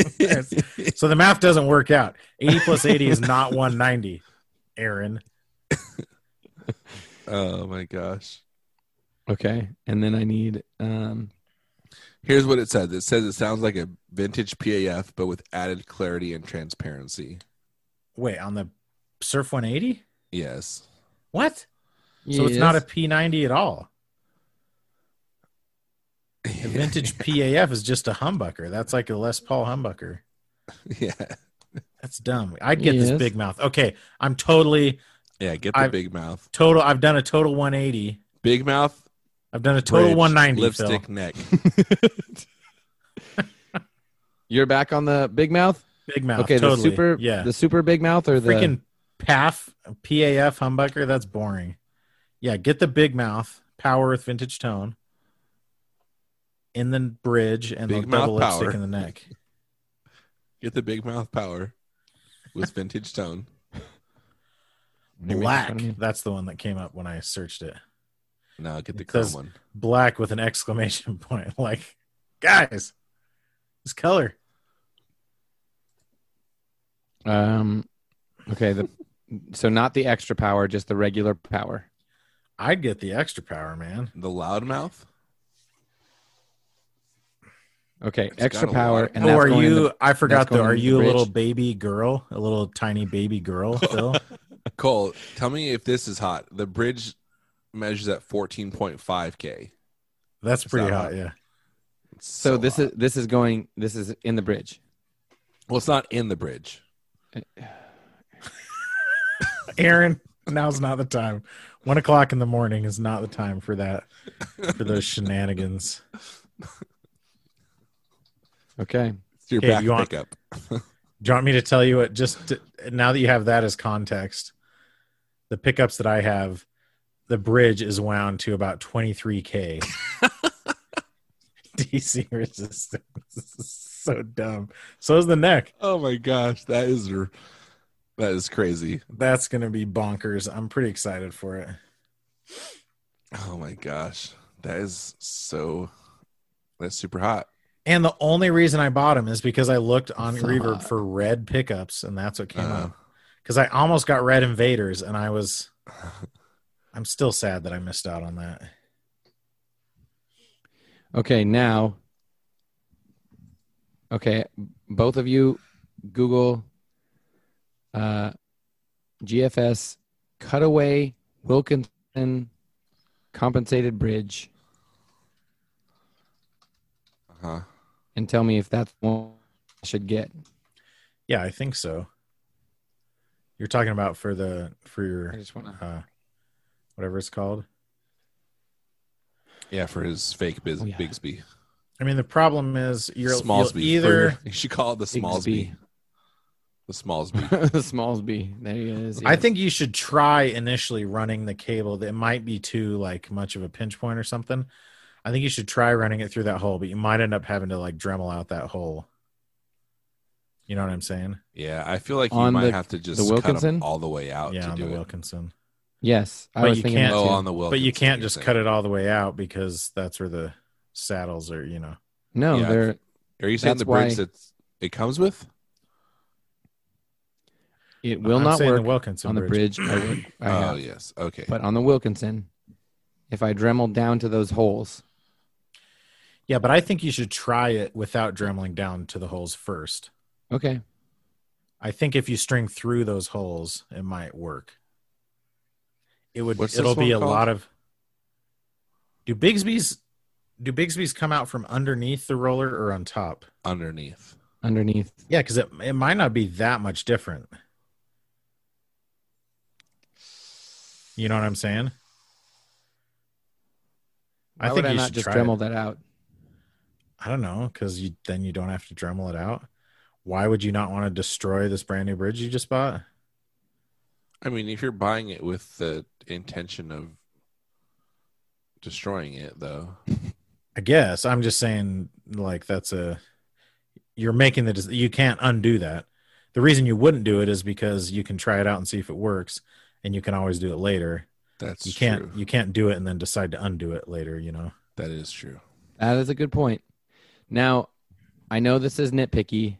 [SPEAKER 3] so the math doesn't work out. 80 plus 80 is not 190, Aaron.
[SPEAKER 1] oh my gosh.
[SPEAKER 2] okay. And then I need um
[SPEAKER 1] Here's what it says. It says it sounds like a vintage PAF, but with added clarity and transparency.
[SPEAKER 3] Wait, on the Surf 180?
[SPEAKER 1] Yes.
[SPEAKER 3] What? So it's not a P90 at all. A vintage PAF is just a humbucker. That's like a Les Paul humbucker.
[SPEAKER 1] yeah.
[SPEAKER 3] That's dumb. I'd get this
[SPEAKER 2] Yes.
[SPEAKER 3] big mouth. Okay, I'm totally
[SPEAKER 1] Yeah. Get the
[SPEAKER 3] I've-
[SPEAKER 1] big mouth.
[SPEAKER 3] total. I've done a total 180.
[SPEAKER 1] Big mouth.
[SPEAKER 3] I've done a total
[SPEAKER 1] bridge,
[SPEAKER 3] 190. Phil.
[SPEAKER 1] Lipstick neck.
[SPEAKER 2] You're back on the big mouth?
[SPEAKER 3] Big mouth.
[SPEAKER 2] okay,
[SPEAKER 3] totally.
[SPEAKER 2] the super
[SPEAKER 3] yeah.
[SPEAKER 2] the super big mouth or the
[SPEAKER 3] Freaking PAF, PAF humbucker. That's boring. Yeah, get the big mouth power with vintage tone in the bridge and
[SPEAKER 1] Big
[SPEAKER 3] the double
[SPEAKER 1] mouth power.
[SPEAKER 3] lipstick in the neck.
[SPEAKER 1] Get the big mouth power with vintage tone.
[SPEAKER 2] You're making
[SPEAKER 3] Black.
[SPEAKER 2] fun of me.
[SPEAKER 3] That's the one that came up when I searched it.
[SPEAKER 1] No, get the
[SPEAKER 3] It
[SPEAKER 1] chrome
[SPEAKER 3] says-
[SPEAKER 1] one.
[SPEAKER 3] Black with an exclamation point. Like, guys, this color.
[SPEAKER 2] um okay, the so not the extra power, just the regular power.
[SPEAKER 3] I'd get the extra power, man.
[SPEAKER 1] The loud mouth.
[SPEAKER 2] Okay,
[SPEAKER 1] It's
[SPEAKER 2] extra
[SPEAKER 1] got a
[SPEAKER 2] power
[SPEAKER 1] lot.
[SPEAKER 2] and
[SPEAKER 1] Oh,
[SPEAKER 3] oh,
[SPEAKER 2] that's
[SPEAKER 3] are
[SPEAKER 2] going in
[SPEAKER 3] you?
[SPEAKER 2] the-
[SPEAKER 3] I
[SPEAKER 2] that's
[SPEAKER 3] forgot though.
[SPEAKER 2] going
[SPEAKER 3] Are
[SPEAKER 2] in the
[SPEAKER 3] you a little
[SPEAKER 2] bridge.
[SPEAKER 3] baby girl? A little tiny baby girl? Phil?
[SPEAKER 1] Cole, tell me if this is hot. The bridge measures at 14.5K.
[SPEAKER 3] That's pretty
[SPEAKER 1] that
[SPEAKER 3] hot.
[SPEAKER 1] hot?
[SPEAKER 3] Yeah.
[SPEAKER 1] It's
[SPEAKER 2] so this
[SPEAKER 1] hot.
[SPEAKER 2] is this is going this is in the bridge.
[SPEAKER 1] well, it's not in the bridge.
[SPEAKER 3] Aaron, now's not the time. One o'clock in the morning is not the time for that. For those shenanigans.
[SPEAKER 2] Okay.
[SPEAKER 1] It's your
[SPEAKER 3] Hey,
[SPEAKER 1] back
[SPEAKER 3] you want-
[SPEAKER 1] pickup.
[SPEAKER 3] Do you want me to tell you what? Just to- now that you have that as context, the pickups that I have, the bridge is wound to about twenty three k. DC resistance. This is so dumb. So is the neck.
[SPEAKER 1] Oh my gosh, that is r- that is crazy.
[SPEAKER 3] That's gonna be bonkers. I'm pretty excited for it.
[SPEAKER 1] Oh my gosh, that is so that's super hot.
[SPEAKER 3] And the only reason I bought them is because I looked on
[SPEAKER 2] It's not
[SPEAKER 3] Reverb
[SPEAKER 2] hot. Uh.
[SPEAKER 3] for red pickups, and that's what came
[SPEAKER 1] Uh-huh.
[SPEAKER 3] up. Because I almost got Red Invaders, and I was, I'm still sad that I missed out on that.
[SPEAKER 2] Okay, now. Okay, both of you Google uh, GFS cutaway Wilkinson compensated bridge
[SPEAKER 1] Uh-huh.
[SPEAKER 2] and tell me if that's one I should get.
[SPEAKER 3] Yeah, I think so. You're talking about for the for
[SPEAKER 2] I
[SPEAKER 3] your
[SPEAKER 2] just want to.
[SPEAKER 3] uh, whatever it's called.
[SPEAKER 1] Yeah, for his fake biz-
[SPEAKER 2] Oh, yeah.
[SPEAKER 1] Bigsby.
[SPEAKER 3] I mean, the problem is you're you'll
[SPEAKER 1] Smallsby.
[SPEAKER 3] either
[SPEAKER 1] for- you should call it the Smallsby. The Smallsby.
[SPEAKER 2] Smallsby. There he is.
[SPEAKER 3] I
[SPEAKER 2] yes.
[SPEAKER 3] think you should try initially running the cable. That might be too like much of a pinch point or something. I think you should try running it through that hole, but you might end up having to like Dremel out that hole. You know what I'm saying?
[SPEAKER 1] Yeah, I feel like you
[SPEAKER 2] On
[SPEAKER 1] might
[SPEAKER 2] the-
[SPEAKER 1] have to just
[SPEAKER 2] the
[SPEAKER 1] cut
[SPEAKER 2] Wilkinson?
[SPEAKER 1] him all the way out
[SPEAKER 3] yeah,
[SPEAKER 1] to
[SPEAKER 3] on the
[SPEAKER 1] do it.
[SPEAKER 3] Wilkinson.
[SPEAKER 2] Yes. I
[SPEAKER 3] But
[SPEAKER 2] was
[SPEAKER 3] you
[SPEAKER 2] thinking
[SPEAKER 3] can't
[SPEAKER 2] that
[SPEAKER 1] Oh,
[SPEAKER 2] too.
[SPEAKER 1] on the Wilkinson.
[SPEAKER 3] But you can't just cut it all the way out because that's where the saddles are, you know.
[SPEAKER 2] No,
[SPEAKER 1] Yeah.
[SPEAKER 2] they're
[SPEAKER 1] Are you saying
[SPEAKER 2] That's
[SPEAKER 1] the bridge
[SPEAKER 2] why-
[SPEAKER 1] that it comes with?
[SPEAKER 2] it will
[SPEAKER 3] I'm
[SPEAKER 2] not
[SPEAKER 3] saying
[SPEAKER 2] work
[SPEAKER 3] the Wilkinson
[SPEAKER 2] on the bridge. I work. I
[SPEAKER 1] oh
[SPEAKER 2] have.
[SPEAKER 1] yes. Okay.
[SPEAKER 2] But on the Wilkinson, if I Dremel down to those holes,
[SPEAKER 3] Yeah, but I think you should try it without dremeling down to the holes first.
[SPEAKER 2] okay,
[SPEAKER 3] I think if you string through those holes, it might work. It would.
[SPEAKER 1] What's this
[SPEAKER 3] it'll be a
[SPEAKER 1] one
[SPEAKER 3] lot of. Do Bigsby's, do Bigsby's come out from underneath the roller or on top?
[SPEAKER 1] Underneath.
[SPEAKER 2] underneath.
[SPEAKER 3] Yeah, because it it might not be that much different. You know what I'm saying?
[SPEAKER 2] Why would I not just
[SPEAKER 3] it.
[SPEAKER 2] Dremel that out?
[SPEAKER 3] I don't know, because you then you don't have to Dremel it out. Why would you not want to destroy this brand new bridge you just bought?
[SPEAKER 1] I mean, if you're buying it with the intention of destroying it, though,
[SPEAKER 3] I guess I'm just saying like that's a you're making the dec- you can't undo that. The reason you wouldn't do it is because you can try it out and see if it works, and you can always do it later.
[SPEAKER 1] That's
[SPEAKER 3] you can't
[SPEAKER 1] true.
[SPEAKER 3] you can't do it and then decide to undo it later. You know.
[SPEAKER 1] That is true.
[SPEAKER 2] That is a good point. Now, I know this is nitpicky,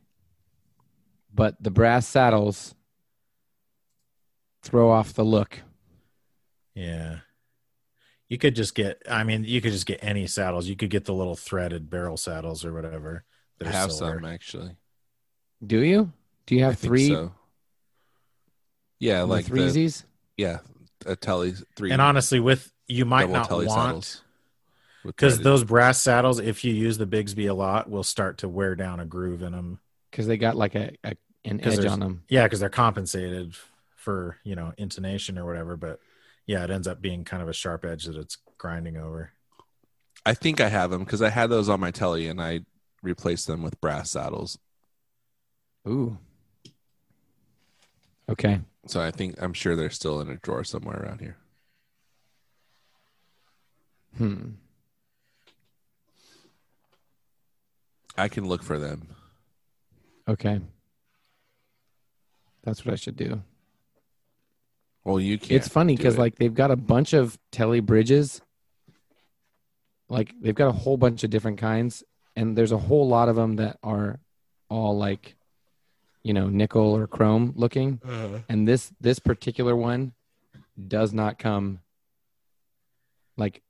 [SPEAKER 2] but the brass saddles throw off the look.
[SPEAKER 3] Yeah. You could just get I mean, you could just get any saddles. You could get the little threaded barrel saddles or whatever. that
[SPEAKER 1] I
[SPEAKER 3] are
[SPEAKER 1] have
[SPEAKER 3] silver.
[SPEAKER 1] some actually.
[SPEAKER 2] Do you? Do you have
[SPEAKER 1] I think
[SPEAKER 2] three
[SPEAKER 1] so. Yeah,
[SPEAKER 2] the
[SPEAKER 1] like the-
[SPEAKER 2] threesies?
[SPEAKER 1] yeah, a telly three.
[SPEAKER 3] And honestly, with you might
[SPEAKER 1] Double
[SPEAKER 3] not
[SPEAKER 1] telly
[SPEAKER 3] want
[SPEAKER 1] saddles. with
[SPEAKER 3] because
[SPEAKER 1] threaded-
[SPEAKER 3] those brass saddles, if you use the Bigsby a lot, will start to wear down a groove in them.
[SPEAKER 2] Because they got like a, a an
[SPEAKER 3] 'Cause
[SPEAKER 2] edge
[SPEAKER 3] there's-
[SPEAKER 2] on them.
[SPEAKER 3] Yeah, because they're compensated for you know intonation or whatever. But yeah, it ends up being kind of a sharp edge that it's grinding over.
[SPEAKER 1] I think I have them because I had those on my telly and I replaced them with brass saddles.
[SPEAKER 2] Ooh. Okay.
[SPEAKER 1] So I think I'm sure they're still in a drawer somewhere around here.
[SPEAKER 2] Hmm.
[SPEAKER 1] I can look for them.
[SPEAKER 2] Okay. That's what I should do.
[SPEAKER 1] Well, you can't.
[SPEAKER 2] it's funny
[SPEAKER 1] do
[SPEAKER 2] because
[SPEAKER 1] it.
[SPEAKER 2] like they've got a bunch of telly bridges like they've got a whole bunch of different kinds and there's a whole lot of them that are all like you know nickel or chrome looking and this this particular one does not come like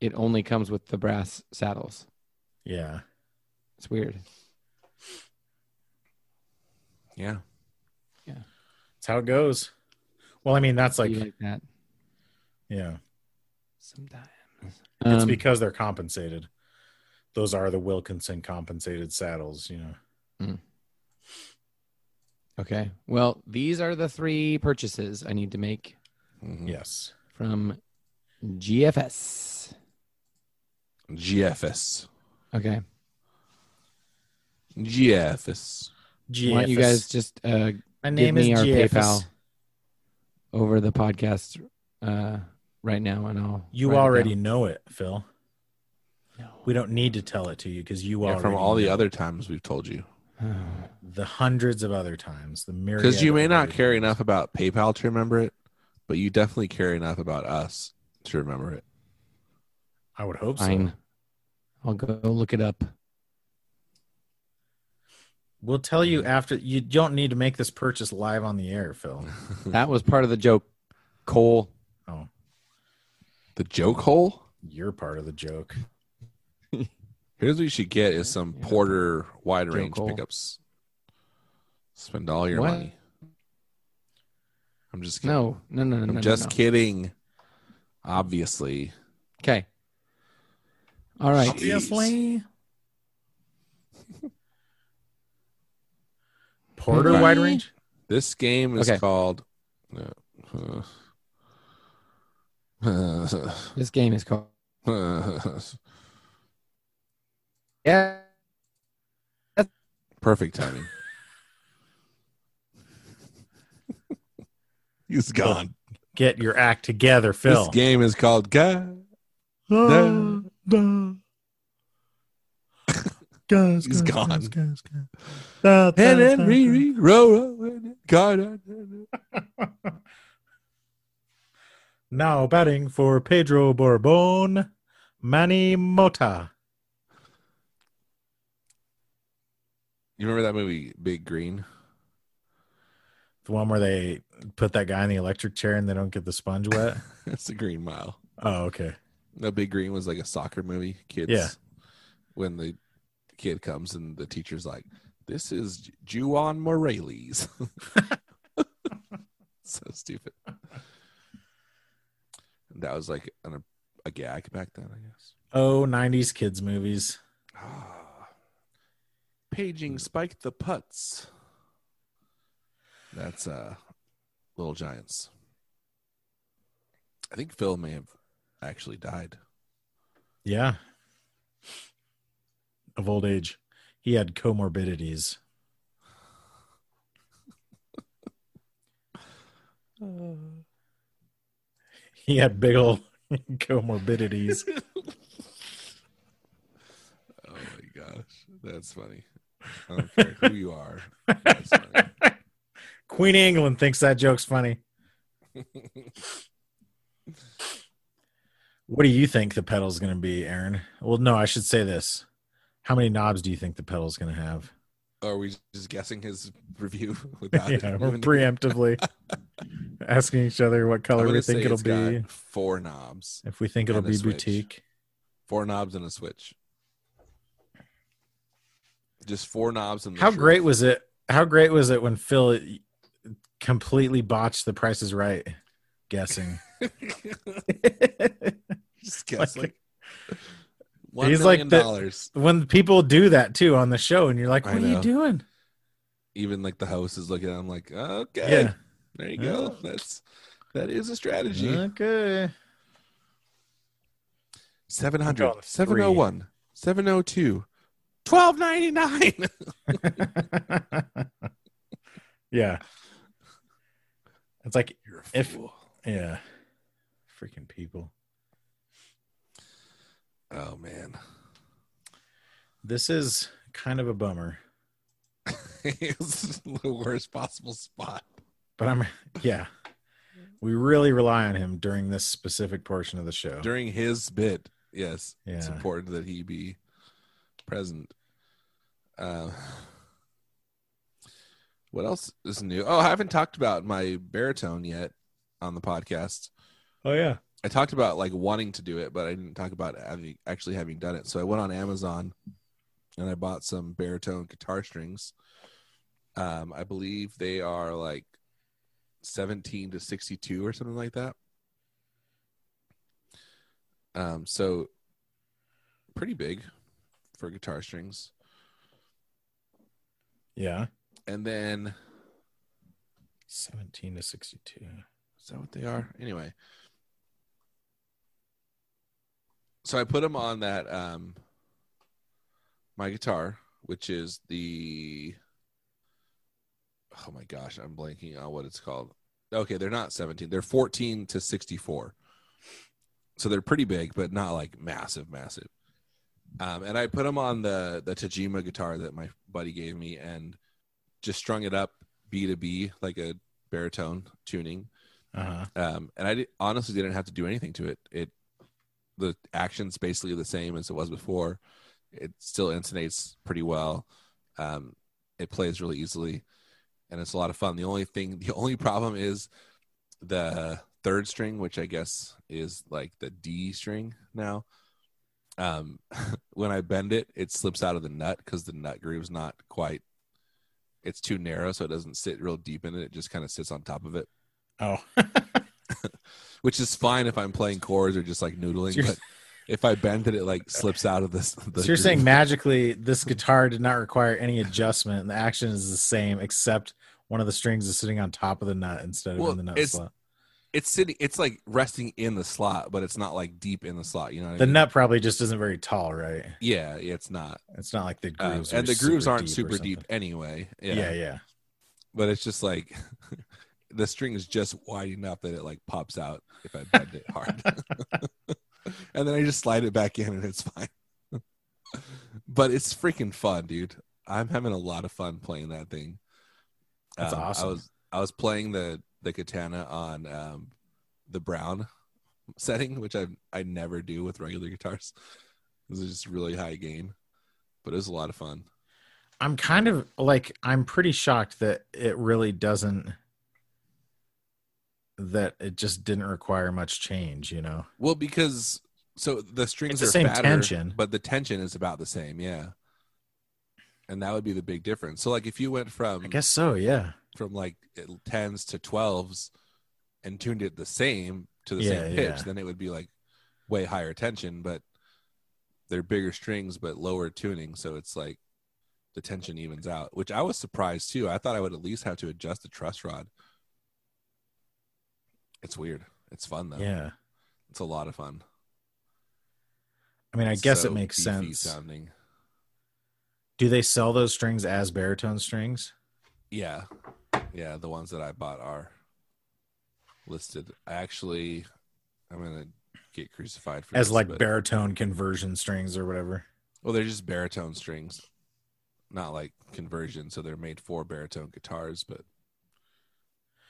[SPEAKER 2] it only comes with the brass saddles
[SPEAKER 3] Yeah,
[SPEAKER 2] it's weird
[SPEAKER 1] yeah,
[SPEAKER 3] that's how it goes. Well, I mean, that's
[SPEAKER 2] Be
[SPEAKER 3] like
[SPEAKER 2] like that
[SPEAKER 3] yeah,
[SPEAKER 2] sometimes
[SPEAKER 3] it's
[SPEAKER 2] Um,
[SPEAKER 3] because they're compensated. Those are the Wilkinson compensated saddles, you know.
[SPEAKER 2] okay well these are the three purchases i need to make Mm.
[SPEAKER 1] Mhm.
[SPEAKER 3] Yes.
[SPEAKER 2] from GFS.
[SPEAKER 1] GFS,
[SPEAKER 2] Okay.
[SPEAKER 1] GFS.
[SPEAKER 2] Why don't you guys just uh,
[SPEAKER 3] My
[SPEAKER 2] give
[SPEAKER 3] name
[SPEAKER 2] me
[SPEAKER 3] is
[SPEAKER 2] our
[SPEAKER 3] GFS.
[SPEAKER 2] PayPal over the podcast uh, right now, and I'll.
[SPEAKER 3] You
[SPEAKER 2] write it
[SPEAKER 3] already
[SPEAKER 2] down.
[SPEAKER 3] know it, Phil. We don't need to tell it to you because you
[SPEAKER 1] Yeah,
[SPEAKER 3] already
[SPEAKER 1] from all the
[SPEAKER 3] know.
[SPEAKER 1] other times we've told you,
[SPEAKER 3] the hundreds of other times the myriad.
[SPEAKER 1] because you may
[SPEAKER 3] of
[SPEAKER 1] not
[SPEAKER 3] other
[SPEAKER 1] care
[SPEAKER 3] times.
[SPEAKER 1] enough about PayPal to remember it, but you definitely care enough about us to remember it.
[SPEAKER 3] I would hope so.
[SPEAKER 2] Fine. I'll go look it up.
[SPEAKER 3] We'll tell you after. You don't need to make this purchase live on the air, Phil.
[SPEAKER 2] That was part of the joke, Cole.
[SPEAKER 3] Oh,
[SPEAKER 1] The joke hole.
[SPEAKER 3] you're part of the joke.
[SPEAKER 1] Here's what you should get: is some
[SPEAKER 2] Yeah.
[SPEAKER 1] Porter wide range
[SPEAKER 2] hole.
[SPEAKER 1] pickups. Spend all your
[SPEAKER 2] What?
[SPEAKER 1] money. I'm just kidding.
[SPEAKER 2] No, no, no, no.
[SPEAKER 1] I'm
[SPEAKER 2] no,
[SPEAKER 1] just
[SPEAKER 2] no.
[SPEAKER 1] kidding. Obviously.
[SPEAKER 2] Okay. All right.
[SPEAKER 3] Obviously. Porter
[SPEAKER 1] Right.
[SPEAKER 3] wide range.
[SPEAKER 1] This game is
[SPEAKER 2] Okay.
[SPEAKER 1] called. Uh, uh,
[SPEAKER 2] This game is called.
[SPEAKER 1] uh,
[SPEAKER 2] Yeah.
[SPEAKER 1] perfect timing. He's gone.
[SPEAKER 3] Get your act together, Phil.
[SPEAKER 1] This game is called. Ga- da-
[SPEAKER 3] Guys,
[SPEAKER 1] He's guys, gone. guys,
[SPEAKER 3] And
[SPEAKER 1] Hen and Riri, Roro, and Garden.
[SPEAKER 3] Now batting for Pedro Borbon, Manny Mota.
[SPEAKER 1] You remember that movie, Big Green?
[SPEAKER 3] The one where they put that guy in the electric chair and they don't get the sponge wet.
[SPEAKER 1] That's the Green Mile.
[SPEAKER 3] oh, okay.
[SPEAKER 1] No, Big Green was like a soccer movie. Kids,
[SPEAKER 3] Yeah.
[SPEAKER 1] when the kid comes and the teacher's like, "This is Juwan Morales." so stupid. That was like an, a gag back then, I guess.
[SPEAKER 3] Oh, 90s kids movies.
[SPEAKER 1] Paging Spike the Putts. That's uh Little Giants. I think Phil may have actually died.
[SPEAKER 3] Yeah. Of old age. He had comorbidities. He had big old comorbidities.
[SPEAKER 1] Oh my gosh, that's funny. I don't care who you are. That's fine.
[SPEAKER 3] Queen of England thinks that joke's funny. what do you think the pedal's going to be, Aaron? Well, no, I should say this. How many knobs do you think the pedal's going to have?
[SPEAKER 1] Are we just guessing his review
[SPEAKER 3] Yeah,
[SPEAKER 1] without?
[SPEAKER 3] we're
[SPEAKER 1] even-
[SPEAKER 3] preemptively asking each other what
[SPEAKER 1] I'm
[SPEAKER 3] color
[SPEAKER 1] gonna
[SPEAKER 3] we
[SPEAKER 1] say
[SPEAKER 3] think it'll
[SPEAKER 1] it's got
[SPEAKER 3] be,
[SPEAKER 1] four knobs,
[SPEAKER 3] if we think it'll
[SPEAKER 1] and a
[SPEAKER 3] be
[SPEAKER 1] switch.
[SPEAKER 3] boutique.
[SPEAKER 1] four knobs and a switch. Just four knobs and the
[SPEAKER 3] How
[SPEAKER 1] shriek.
[SPEAKER 3] great was it? How great was it when Phil completely botched the Price is Right guessing?
[SPEAKER 1] just guess
[SPEAKER 3] Like-
[SPEAKER 1] like, one
[SPEAKER 3] He's
[SPEAKER 1] million
[SPEAKER 3] like the-
[SPEAKER 1] dollars.
[SPEAKER 3] when people do that too on the show, and you're like,
[SPEAKER 1] I
[SPEAKER 3] "What are you
[SPEAKER 1] know.
[SPEAKER 3] doing?"
[SPEAKER 1] Even like the host is looking at him like, okay,
[SPEAKER 3] Yeah.
[SPEAKER 1] there you go.
[SPEAKER 3] Yeah.
[SPEAKER 1] That's that is a strategy.
[SPEAKER 3] Okay.
[SPEAKER 1] 700,
[SPEAKER 3] I'm going
[SPEAKER 1] 701, 702, 1299.
[SPEAKER 3] yeah. It's like,
[SPEAKER 1] You're a
[SPEAKER 3] If-
[SPEAKER 1] fool.
[SPEAKER 3] yeah, freaking people.
[SPEAKER 1] Oh man.
[SPEAKER 3] This is kind of a bummer,
[SPEAKER 1] it's the worst possible spot.
[SPEAKER 3] but I'm yeah. We really rely on him during this specific portion of the show.
[SPEAKER 1] During his bit, yes, it's
[SPEAKER 3] Yeah.
[SPEAKER 1] important that he be present. Uh, what else is new? Oh, I haven't talked about my baritone yet on the podcast.
[SPEAKER 3] Oh yeah.
[SPEAKER 1] I talked about like wanting to do it, but I didn't talk about having, actually having done it. So I went on Amazon and I bought some baritone guitar strings. Um, I believe they are like 17 to 62 or something like that. Um, so pretty big for guitar strings.
[SPEAKER 3] Yeah.
[SPEAKER 1] And then
[SPEAKER 3] 17 to 62.
[SPEAKER 1] Is that what they are? Anyway. So I put them on that um my guitar, which is the oh my gosh, I'm blanking on what it's called. Okay, they're not 17. They're 14 to 64. So they're pretty big, but not like massive, massive. Um, and I put them on the the Tajima guitar that my buddy gave me, and just strung it up B to B like a baritone tuning
[SPEAKER 3] Uh-huh.
[SPEAKER 1] um, and I di- honestly didn't have to do anything to it. It the action's basically the same as it was before. It still intonates pretty well. Um, it plays really easily, and it's a lot of fun. The only thing, the only problem is the third string, which I guess is like the D string now. Um, when I bend it, it slips out of the nut because the nut groove's not quite. It's too narrow, so it doesn't sit real deep in it. It just kind of sits on top of it
[SPEAKER 3] Oh.
[SPEAKER 1] which is fine if I'm playing chords or just like noodling.
[SPEAKER 3] So you're-
[SPEAKER 1] but if I bend it, it like slips out of this. The
[SPEAKER 3] so you're saying
[SPEAKER 1] groove.
[SPEAKER 3] magically this guitar did not require any adjustment and the action is the same except one of the strings is sitting on top of the nut instead of
[SPEAKER 1] Well,
[SPEAKER 3] in the nut
[SPEAKER 1] it's-
[SPEAKER 3] slot.
[SPEAKER 1] it's sitting, it's like resting in the slot, but it's not like deep in the slot. You know, what I
[SPEAKER 3] The
[SPEAKER 1] mean?
[SPEAKER 3] nut probably just isn't very tall, right?
[SPEAKER 1] Yeah, yeah, it's not,
[SPEAKER 3] It's not like the
[SPEAKER 1] Um,
[SPEAKER 3] grooves.
[SPEAKER 1] and
[SPEAKER 3] are
[SPEAKER 1] the grooves aren't
[SPEAKER 3] or
[SPEAKER 1] super
[SPEAKER 3] something.
[SPEAKER 1] deep anyway.
[SPEAKER 3] Yeah.
[SPEAKER 1] Yeah,
[SPEAKER 3] yeah,
[SPEAKER 1] but it's just like the string is just wide enough that it like pops out if I bend it hard, and then I just slide it back in and it's fine. but it's freaking fun, dude. I'm having a lot of fun playing that thing.
[SPEAKER 3] That's
[SPEAKER 1] Um,
[SPEAKER 3] awesome.
[SPEAKER 1] I was I was playing the the katana on um, the brown setting, which I I never do with regular guitars. This is just really high gain, but it was a lot of fun.
[SPEAKER 3] I'm kind of like I'm pretty shocked that it really doesn't that it just didn't require much change, you know.
[SPEAKER 1] Well, because so the strings
[SPEAKER 3] It's the
[SPEAKER 1] are
[SPEAKER 3] same
[SPEAKER 1] fatter,
[SPEAKER 3] tension.
[SPEAKER 1] but the tension is about the same, yeah. And that would be the big difference. So, like, if you went from
[SPEAKER 3] I guess so, yeah.
[SPEAKER 1] from like tens to twelves and tuned it the same to the
[SPEAKER 3] Yeah,
[SPEAKER 1] same pitch,
[SPEAKER 3] yeah.
[SPEAKER 1] then it would be like way higher tension, but they're bigger strings but lower tuning, so it's like the tension evens out, which I was surprised too. I thought I would at least have to adjust the truss rod. It's weird. It's fun though.
[SPEAKER 3] Yeah.
[SPEAKER 1] It's a lot of fun.
[SPEAKER 3] I mean, I guess
[SPEAKER 1] So
[SPEAKER 3] it makes
[SPEAKER 1] beefy
[SPEAKER 3] sense.
[SPEAKER 1] Sounding.
[SPEAKER 3] Do they sell those strings as baritone strings?
[SPEAKER 1] Yeah. Yeah, the ones that I bought are listed. I actually I'm going to get crucified for
[SPEAKER 3] As
[SPEAKER 1] this,
[SPEAKER 3] like
[SPEAKER 1] but-
[SPEAKER 3] baritone conversion strings or whatever.
[SPEAKER 1] Well, they're just baritone strings. not like conversion, so they're made for baritone guitars, but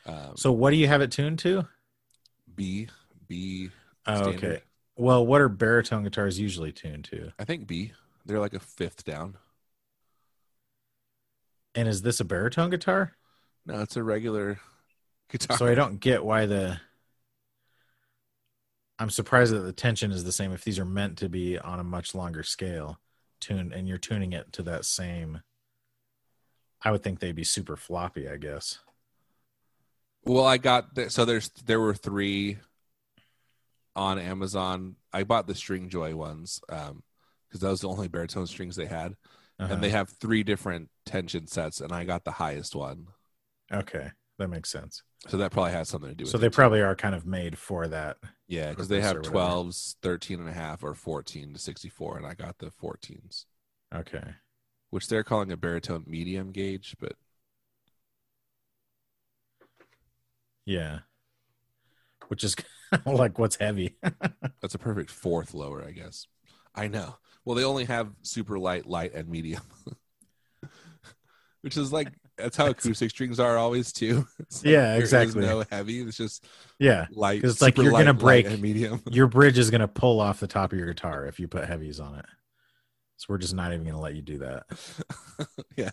[SPEAKER 1] um,
[SPEAKER 3] So what do you have it tuned to?
[SPEAKER 1] B B.
[SPEAKER 3] Oh, okay.
[SPEAKER 1] standard.
[SPEAKER 3] Well, what are baritone guitars usually tuned to?
[SPEAKER 1] I think B. They're like a fifth down.
[SPEAKER 3] And is this a baritone guitar?
[SPEAKER 1] No, it's a regular guitar.
[SPEAKER 3] So I don't get why the. I'm surprised that the tension is the same if these are meant to be on a much longer scale tuned and you're tuning it to that same. I would think they'd be super floppy, I guess.
[SPEAKER 1] Well, I got th- so there's there were three on Amazon. I bought the String Joy ones because that was the only baritone strings they had,
[SPEAKER 3] Uh-huh.
[SPEAKER 1] and they have three different tension sets, and I got the highest one,
[SPEAKER 3] okay, that makes sense.
[SPEAKER 1] so that probably has something to do with
[SPEAKER 3] So
[SPEAKER 1] it.
[SPEAKER 3] they probably are kind of made for that.
[SPEAKER 1] yeah, because they
[SPEAKER 3] purpose or
[SPEAKER 1] have
[SPEAKER 3] whatever.
[SPEAKER 1] 12s, 13 and a half, or 14 to 64, and I got the 14s,
[SPEAKER 3] Okay.
[SPEAKER 1] which they're calling a baritone medium gauge, but
[SPEAKER 3] Yeah. Which is like what's heavy.
[SPEAKER 1] that's a perfect fourth lower, I guess. I know. Well, they only have super light, light, and medium, which is like that's how acoustic strings are always too. It's like
[SPEAKER 3] Yeah,
[SPEAKER 1] there is
[SPEAKER 3] exactly.
[SPEAKER 1] no heavy. It's just
[SPEAKER 3] yeah.
[SPEAKER 1] light.
[SPEAKER 3] 'Cause it's like
[SPEAKER 1] super
[SPEAKER 3] you're gonna
[SPEAKER 1] light, light,
[SPEAKER 3] break.
[SPEAKER 1] and medium.
[SPEAKER 3] Your bridge is going to pull off the top of your guitar if you put heavies on it. So we're just not even going to let you do that.
[SPEAKER 1] yeah,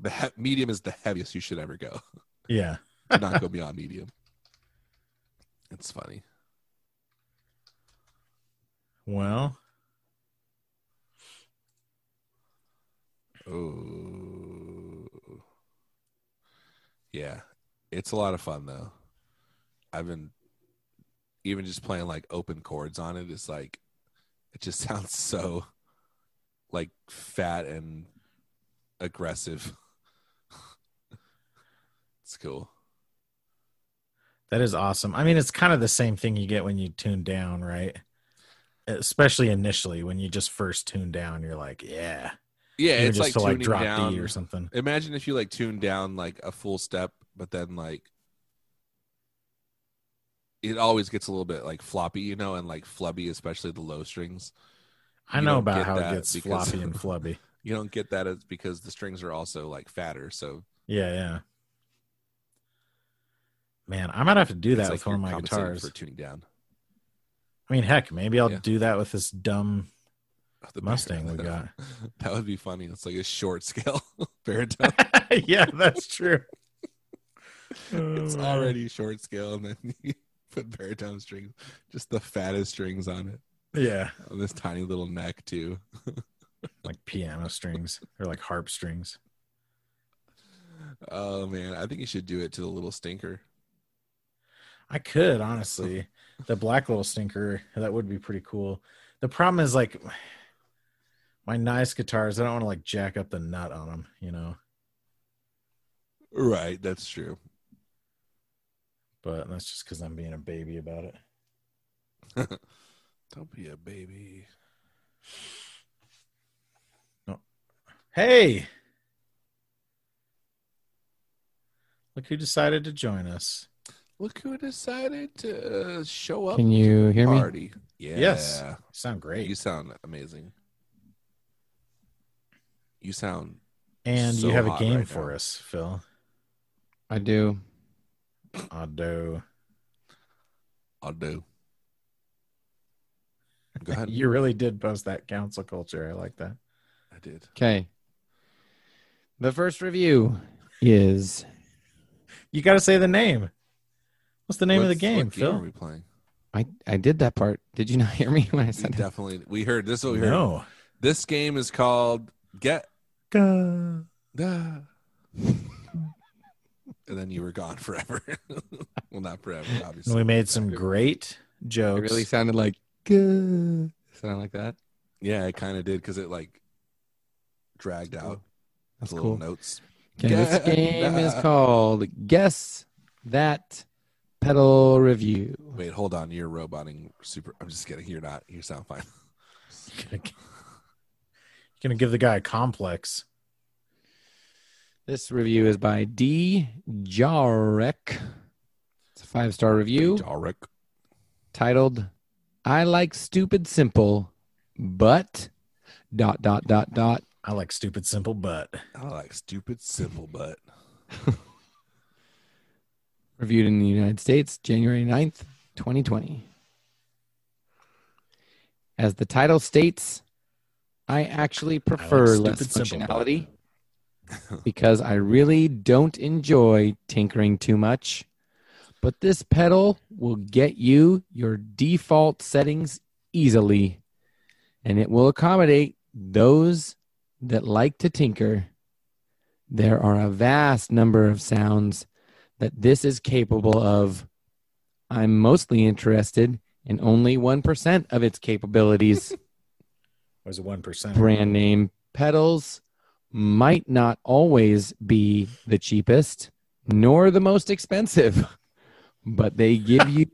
[SPEAKER 1] the he- medium is the heaviest you should ever go.
[SPEAKER 3] Yeah.
[SPEAKER 1] Do Not go beyond medium. It's funny.
[SPEAKER 3] Well,
[SPEAKER 1] Oh, yeah, it's a lot of fun though. I've been even just playing like open chords on it. It's like it just sounds so like fat and aggressive. it's cool.
[SPEAKER 3] that is awesome. I mean, it's kind of the same thing you get when you tune down, right? Especially initially when you just first tune down, you're like, yeah.
[SPEAKER 1] Yeah,
[SPEAKER 3] Even
[SPEAKER 1] it's like
[SPEAKER 3] just
[SPEAKER 1] tuning
[SPEAKER 3] to like drop
[SPEAKER 1] down.
[SPEAKER 3] D or something.
[SPEAKER 1] Imagine if you like tune down like a full step, but then like it always gets a little bit like floppy, you know, and like flubby, especially the low strings.
[SPEAKER 3] I
[SPEAKER 1] you
[SPEAKER 3] know
[SPEAKER 1] don't
[SPEAKER 3] about
[SPEAKER 1] get
[SPEAKER 3] how
[SPEAKER 1] that
[SPEAKER 3] it gets
[SPEAKER 1] because-
[SPEAKER 3] floppy and flubby.
[SPEAKER 1] You don't get that as because the strings are also like fatter. So
[SPEAKER 3] Yeah, yeah. Man, I might have to do
[SPEAKER 1] it's
[SPEAKER 3] that
[SPEAKER 1] like
[SPEAKER 3] with one of
[SPEAKER 1] you're
[SPEAKER 3] my
[SPEAKER 1] compensating
[SPEAKER 3] guitars.
[SPEAKER 1] for tuning down.
[SPEAKER 3] I mean, heck, maybe I'll
[SPEAKER 1] Yeah.
[SPEAKER 3] do that with this dumb.
[SPEAKER 1] Oh, the
[SPEAKER 3] Mustang we
[SPEAKER 1] baritone.
[SPEAKER 3] got.
[SPEAKER 1] That would be funny. It's like a short scale baritone.
[SPEAKER 3] yeah, that's true.
[SPEAKER 1] it's
[SPEAKER 3] Oh, man.
[SPEAKER 1] already short scale, and then you put baritone strings, just the fattest strings on it,
[SPEAKER 3] yeah,
[SPEAKER 1] on this tiny little neck too.
[SPEAKER 3] like piano strings or like harp strings.
[SPEAKER 1] Oh man, I think you should do it to the little stinker.
[SPEAKER 3] I could honestly. The black little stinker that would be pretty cool. The problem is like my nice guitars. I don't want to like jack up the nut on them, you know.
[SPEAKER 1] Right, that's true.
[SPEAKER 3] But that's just because I'm being a baby about it.
[SPEAKER 1] Don't be a baby.
[SPEAKER 3] Hey, look who decided to join us.
[SPEAKER 1] Look who decided to uh, show up.
[SPEAKER 2] Can you hear me?
[SPEAKER 1] party? Yeah.
[SPEAKER 3] Yes. You sound great.
[SPEAKER 1] You sound amazing. You sound
[SPEAKER 3] And
[SPEAKER 1] so
[SPEAKER 3] you have a
[SPEAKER 1] hot
[SPEAKER 3] game
[SPEAKER 1] right
[SPEAKER 3] for
[SPEAKER 1] now.
[SPEAKER 3] us, Phil.
[SPEAKER 2] I do.
[SPEAKER 3] I do.
[SPEAKER 1] I'll do. Go ahead.
[SPEAKER 3] You really did post that council culture. I like that.
[SPEAKER 1] I did.
[SPEAKER 2] Okay. The first review is
[SPEAKER 3] You got to say the name. What's the name of the
[SPEAKER 1] What's- what
[SPEAKER 3] game, Phil?
[SPEAKER 1] Are we playing?
[SPEAKER 2] I I did that part. Did you not hear me when I
[SPEAKER 1] We
[SPEAKER 2] said that?
[SPEAKER 1] definitely. We heard this. Is what we heard.
[SPEAKER 3] no.
[SPEAKER 1] This game is called Get.
[SPEAKER 3] Go.
[SPEAKER 1] Da. and then you were gone forever. well, not forever, obviously.
[SPEAKER 3] And we made some great
[SPEAKER 2] It
[SPEAKER 3] jokes.
[SPEAKER 2] really sounded like "Gah." sounded like that.
[SPEAKER 1] Yeah, it kind of did because it like dragged out
[SPEAKER 2] That's
[SPEAKER 1] the little
[SPEAKER 2] cool.
[SPEAKER 1] notes.
[SPEAKER 2] Okay, this
[SPEAKER 1] Yeah.
[SPEAKER 2] game is called Guess That Pedal Review.
[SPEAKER 1] Wait, hold on. You're roboting super. I'm just kidding. You're not. You sound fine.
[SPEAKER 3] You're gonna give the guy a complex.
[SPEAKER 2] This review is by D. Jarek. It's a five star review
[SPEAKER 1] Jarek.
[SPEAKER 2] titled I Like Stupid Simple, but dot dot dot dot
[SPEAKER 3] I like stupid simple butt.
[SPEAKER 1] I like stupid simple butt.
[SPEAKER 2] Reviewed in the United States January 9th, 2020. As the title states, I actually prefer less
[SPEAKER 3] stupid simple butt.
[SPEAKER 2] functionality because I really don't enjoy tinkering too much. But this pedal will get you your default settings easily, and it will accommodate those that like to tinker. There are a vast number of sounds that this is capable of. I'm mostly interested in only 1% of its capabilities
[SPEAKER 3] Was it one percent?
[SPEAKER 2] brand name pedals might not always be the cheapest nor the most expensive, but they give you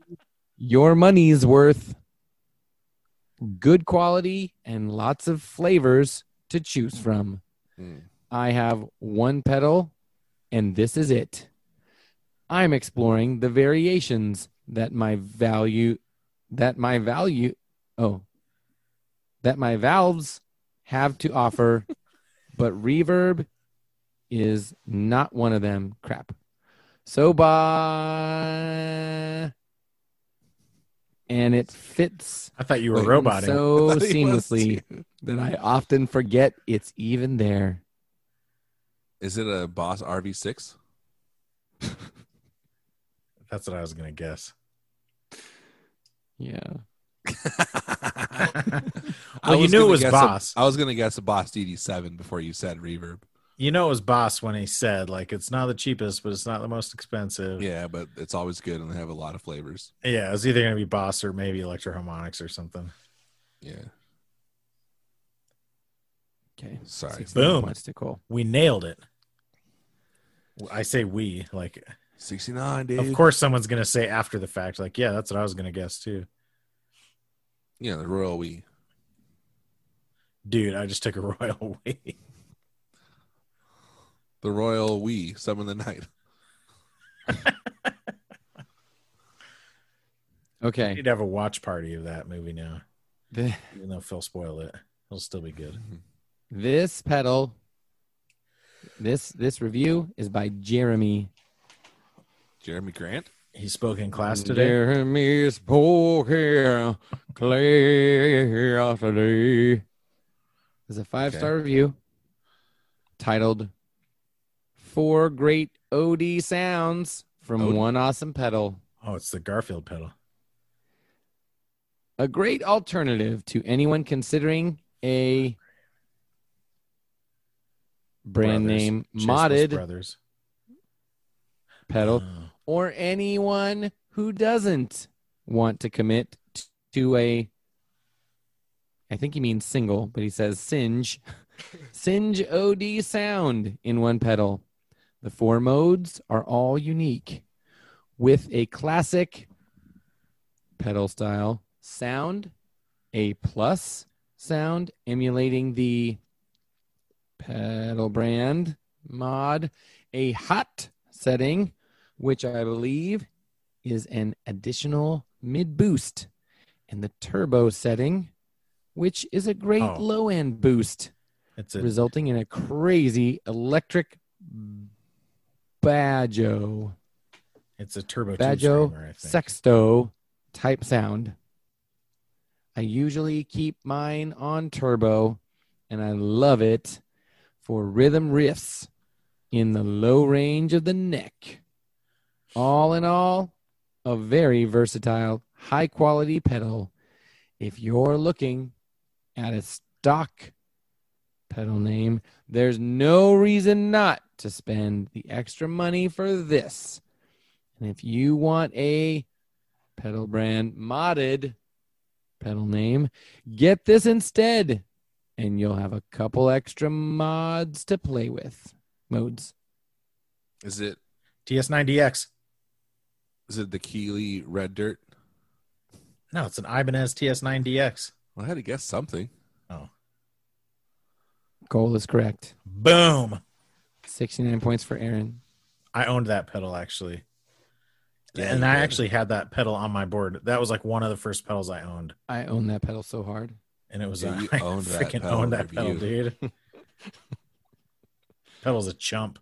[SPEAKER 2] your money's worth, good quality, and lots of flavors to choose from.
[SPEAKER 1] Mm.
[SPEAKER 2] I have one pedal, and this is it. I'm exploring the variations that my value, that my value, oh, that my valves have to offer, but reverb is not one of them. Crap. So bye. And it fits
[SPEAKER 3] I thought you were
[SPEAKER 1] Wait,
[SPEAKER 3] roboting.
[SPEAKER 2] so
[SPEAKER 1] I thought he was
[SPEAKER 2] seamlessly
[SPEAKER 1] too.
[SPEAKER 2] that I often forget it's even there.
[SPEAKER 1] Is it a Boss RV6?
[SPEAKER 3] That's what I was gonna guess.
[SPEAKER 2] Yeah.
[SPEAKER 1] I
[SPEAKER 3] Well, you
[SPEAKER 1] was
[SPEAKER 3] knew it
[SPEAKER 1] gonna
[SPEAKER 3] was
[SPEAKER 1] guess a-
[SPEAKER 3] Boss.
[SPEAKER 1] I was gonna guess a Boss DD7 before you said reverb.
[SPEAKER 3] you know it was Boss when he said like it's not the cheapest, but it's not the most expensive.
[SPEAKER 1] Yeah, but it's always good and they have a lot of flavors.
[SPEAKER 3] Yeah, it was either gonna be Boss or maybe Electro Harmonics or something.
[SPEAKER 1] Yeah.
[SPEAKER 2] Okay.
[SPEAKER 1] Sorry.
[SPEAKER 2] 69
[SPEAKER 3] Boom.
[SPEAKER 2] Points to Cole.
[SPEAKER 3] We nailed it. I say we like.
[SPEAKER 1] 69, dude.
[SPEAKER 3] Of course, someone's gonna say after the fact like, yeah, that's what I was gonna guess too.
[SPEAKER 1] Yeah, the Royal We.
[SPEAKER 3] Dude, I just took a royal we.
[SPEAKER 1] The Royal We, Summon the Night.
[SPEAKER 3] We
[SPEAKER 2] Okay.
[SPEAKER 3] need to have a watch party of that movie now.
[SPEAKER 2] Th-
[SPEAKER 3] Even though Phil spoiled it, it'll still be good.
[SPEAKER 2] This pedal, this this review is by Jeremy.
[SPEAKER 1] Jeremy Grant?
[SPEAKER 3] He spoke in class
[SPEAKER 2] Mm,
[SPEAKER 3] today.
[SPEAKER 2] Jeremy spoke here clear today. There's a five star review titled Four Great OD Sounds from
[SPEAKER 1] OD.
[SPEAKER 2] One Awesome Pedal.
[SPEAKER 3] Oh, it's the Garfield pedal.
[SPEAKER 2] a great alternative to anyone considering a brand
[SPEAKER 3] Brothers.
[SPEAKER 2] name
[SPEAKER 3] Chasers
[SPEAKER 2] modded
[SPEAKER 3] brothers.
[SPEAKER 2] pedal
[SPEAKER 3] Oh.
[SPEAKER 2] or anyone who doesn't want to commit t- to a I think he means single, but he says singe. singe OD sound in one pedal. The four modes are all unique with a classic pedal style sound, a plus sound emulating the pedal brand mod, a hot setting, which I believe is an additional mid boost, and the turbo setting, which is a great
[SPEAKER 3] Oh.
[SPEAKER 2] low end boost
[SPEAKER 3] It's a
[SPEAKER 2] resulting in a crazy electric banjo,
[SPEAKER 3] it's a turbo
[SPEAKER 2] Badjo,
[SPEAKER 3] two-streamer, I think.
[SPEAKER 2] sexto type sound. I usually keep mine on turbo, and I love it for rhythm riffs in the low range of the neck. All in all, a very versatile, high quality pedal. If you're looking at a stock pedal name, there's no reason not to spend the extra money for this. And if you want a pedal brand modded pedal name, get this instead, and you'll have a couple extra mods to play with. Modes.
[SPEAKER 1] Is it
[SPEAKER 3] TS9DX.
[SPEAKER 1] is it the Keeley Red Dirt?
[SPEAKER 3] No, it's an Ibanez TS9DX.
[SPEAKER 1] Well, I had to guess something.
[SPEAKER 2] Goal is correct.
[SPEAKER 3] Boom.
[SPEAKER 2] 69 points for Aaron.
[SPEAKER 3] I owned that pedal actually.
[SPEAKER 1] Yeah,
[SPEAKER 3] and
[SPEAKER 1] you
[SPEAKER 3] I
[SPEAKER 1] did.
[SPEAKER 3] actually had that pedal on my board. That was like one of the first pedals I owned.
[SPEAKER 2] I own that pedal so hard.
[SPEAKER 3] And it was
[SPEAKER 1] Yeah,
[SPEAKER 3] a,
[SPEAKER 1] you
[SPEAKER 3] I
[SPEAKER 1] owned that
[SPEAKER 3] freaking
[SPEAKER 1] pedal
[SPEAKER 3] owned that pedal,
[SPEAKER 1] review.
[SPEAKER 3] dude. Peddle's a chump.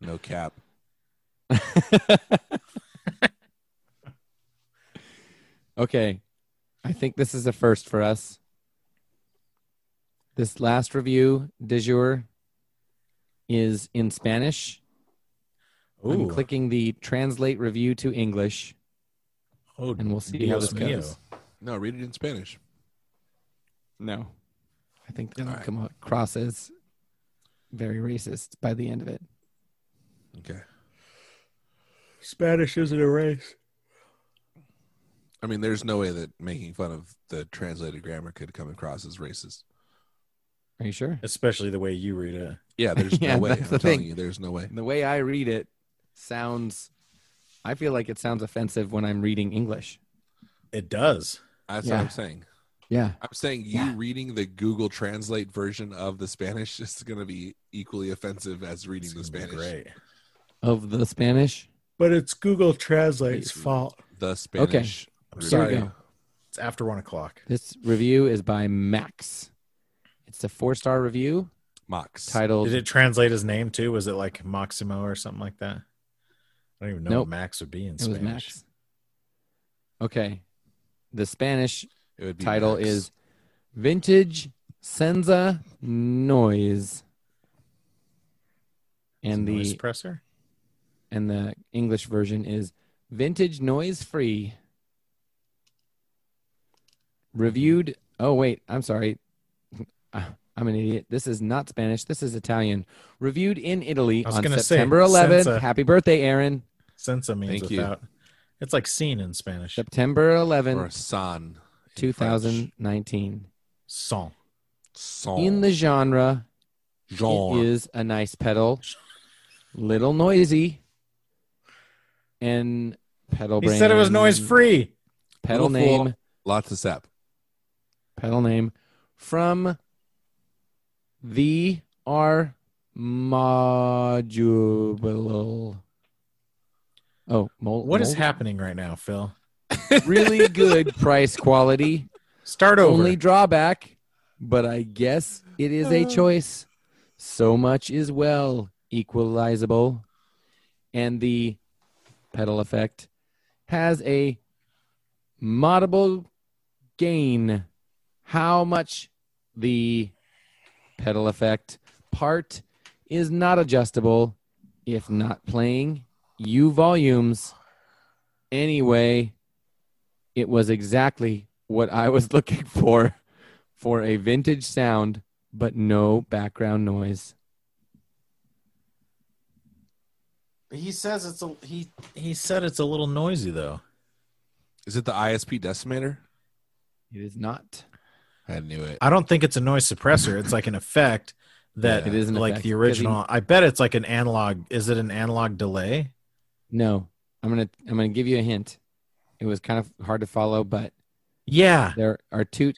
[SPEAKER 1] No cap.
[SPEAKER 2] okay. I think this is a first for us. This last review, de jour, is in Spanish. I'm
[SPEAKER 3] Ooh.
[SPEAKER 2] clicking the translate review to English,
[SPEAKER 3] oh,
[SPEAKER 2] and we'll see how
[SPEAKER 3] Dios
[SPEAKER 2] this
[SPEAKER 3] mío.
[SPEAKER 2] goes.
[SPEAKER 1] No, read it in Spanish.
[SPEAKER 2] No. I think that'll
[SPEAKER 1] All right.
[SPEAKER 2] come across as very racist by the end of it.
[SPEAKER 1] Okay.
[SPEAKER 4] Spanish isn't a race.
[SPEAKER 1] I mean, there's no way that making fun of the translated grammar could come across as racist.
[SPEAKER 2] Are you sure?
[SPEAKER 3] Especially the way you read it.
[SPEAKER 1] Yeah, there's
[SPEAKER 2] Yeah,
[SPEAKER 1] no way. I'm
[SPEAKER 2] that's the
[SPEAKER 1] telling
[SPEAKER 2] thing.
[SPEAKER 1] you, there's no way.
[SPEAKER 2] The way I read it sounds I feel like it sounds offensive when I'm reading English.
[SPEAKER 3] It does.
[SPEAKER 1] That's
[SPEAKER 2] Yeah.
[SPEAKER 1] what I'm saying.
[SPEAKER 2] Yeah.
[SPEAKER 1] I'm saying you
[SPEAKER 2] Yeah.
[SPEAKER 1] reading the Google Translate version of the Spanish is going to be equally offensive as reading the
[SPEAKER 3] It's gonna
[SPEAKER 1] Spanish.
[SPEAKER 3] be Great.
[SPEAKER 2] Of the Spanish.
[SPEAKER 4] But it's Google Translate's
[SPEAKER 1] Please.
[SPEAKER 4] fault.
[SPEAKER 1] The Spanish.
[SPEAKER 3] I'm
[SPEAKER 1] Here we
[SPEAKER 3] sorry.
[SPEAKER 2] go.
[SPEAKER 3] It's after one o'clock.
[SPEAKER 2] This review is by Max. It's a four star review
[SPEAKER 1] Mox.
[SPEAKER 2] titled
[SPEAKER 3] Did it translate his name too? Was it like Maximo or something like that? I don't even know
[SPEAKER 2] Nope.
[SPEAKER 3] what Max would be in
[SPEAKER 2] It
[SPEAKER 3] Spanish.
[SPEAKER 2] was Max. Okay. The Spanish
[SPEAKER 1] It would be
[SPEAKER 2] title
[SPEAKER 1] Max.
[SPEAKER 2] is Vintage Senza Noise. And
[SPEAKER 3] Noise
[SPEAKER 2] the
[SPEAKER 3] presser.
[SPEAKER 2] and the English version is Vintage Noise Free. Reviewed. Oh wait, I'm sorry. Ah, I'm an idiot. This is not Spanish. This is Italian. Reviewed in Italy
[SPEAKER 3] I was
[SPEAKER 2] on
[SPEAKER 3] gonna say,
[SPEAKER 2] September 11th.
[SPEAKER 3] Senza.
[SPEAKER 2] Happy birthday, Aaron.
[SPEAKER 3] Sensa means
[SPEAKER 1] Thank you.
[SPEAKER 3] without. It's like seen in Spanish.
[SPEAKER 2] September
[SPEAKER 1] or
[SPEAKER 2] 11th,
[SPEAKER 1] San.
[SPEAKER 2] 2019.
[SPEAKER 3] Son. Oh.
[SPEAKER 1] San.
[SPEAKER 2] In the genre
[SPEAKER 1] genre.
[SPEAKER 2] It is a nice pedal, little noisy, and pedal.
[SPEAKER 3] He said it was
[SPEAKER 2] brand-
[SPEAKER 3] noise free.
[SPEAKER 2] Pedal
[SPEAKER 1] Little fool.
[SPEAKER 2] name,
[SPEAKER 1] Lots of sap.
[SPEAKER 2] pedal name, from the R module. Oh, mol-
[SPEAKER 3] What is
[SPEAKER 2] mol-
[SPEAKER 3] happening right now, Phil?
[SPEAKER 2] really good price quality.
[SPEAKER 3] Start over.
[SPEAKER 2] Only drawback, but I guess it is a choice. So much is well equalizable. And the pedal effect has a modable gain. How much the pedal effect part is not adjustable if not playing U volumes. Anyway, it was exactly what I was looking for for a vintage sound, but no background noise.
[SPEAKER 3] He says it's a he. He said it's a little noisy though.
[SPEAKER 1] Is it the ISP decimator?
[SPEAKER 2] It is not.
[SPEAKER 1] I knew it.
[SPEAKER 3] I don't think it's a noise suppressor. It's like an effect that
[SPEAKER 1] Yeah.
[SPEAKER 2] It is an
[SPEAKER 3] like
[SPEAKER 2] effect,
[SPEAKER 3] the
[SPEAKER 2] 'cause
[SPEAKER 3] original. I bet it's like an analog. Is it an analog delay?
[SPEAKER 2] No, I'm gonna I'm gonna give you a hint. It was kind of hard to follow, but
[SPEAKER 3] Yeah.
[SPEAKER 2] there are two.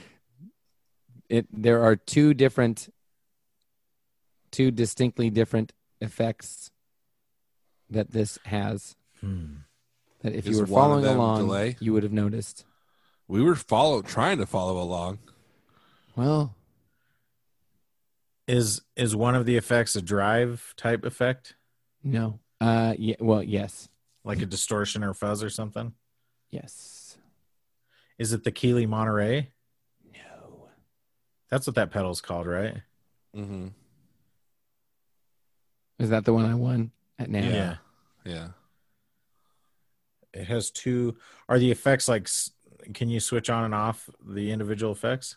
[SPEAKER 2] it there are two different, two distinctly different effects that this has.
[SPEAKER 3] Hmm.
[SPEAKER 2] That if
[SPEAKER 1] Is
[SPEAKER 2] you were
[SPEAKER 1] one of
[SPEAKER 2] following
[SPEAKER 1] them
[SPEAKER 2] along,
[SPEAKER 1] delay?
[SPEAKER 2] you would have noticed.
[SPEAKER 1] We were follow trying to follow along.
[SPEAKER 2] Well,
[SPEAKER 3] Is is one of the effects a drive type effect,
[SPEAKER 2] no. Uh, yeah. Well, yes,
[SPEAKER 3] like a distortion or fuzz or something?
[SPEAKER 2] yes.
[SPEAKER 3] Is it the Keeley Monterey?
[SPEAKER 2] No.
[SPEAKER 3] That's what that pedal's called, right?
[SPEAKER 1] Mm-hmm.
[SPEAKER 2] Is that the one I won Uh, at NAMM?
[SPEAKER 1] Yeah. Yeah.
[SPEAKER 3] It has two. Are the effects like? s- Can you switch on and off the individual effects?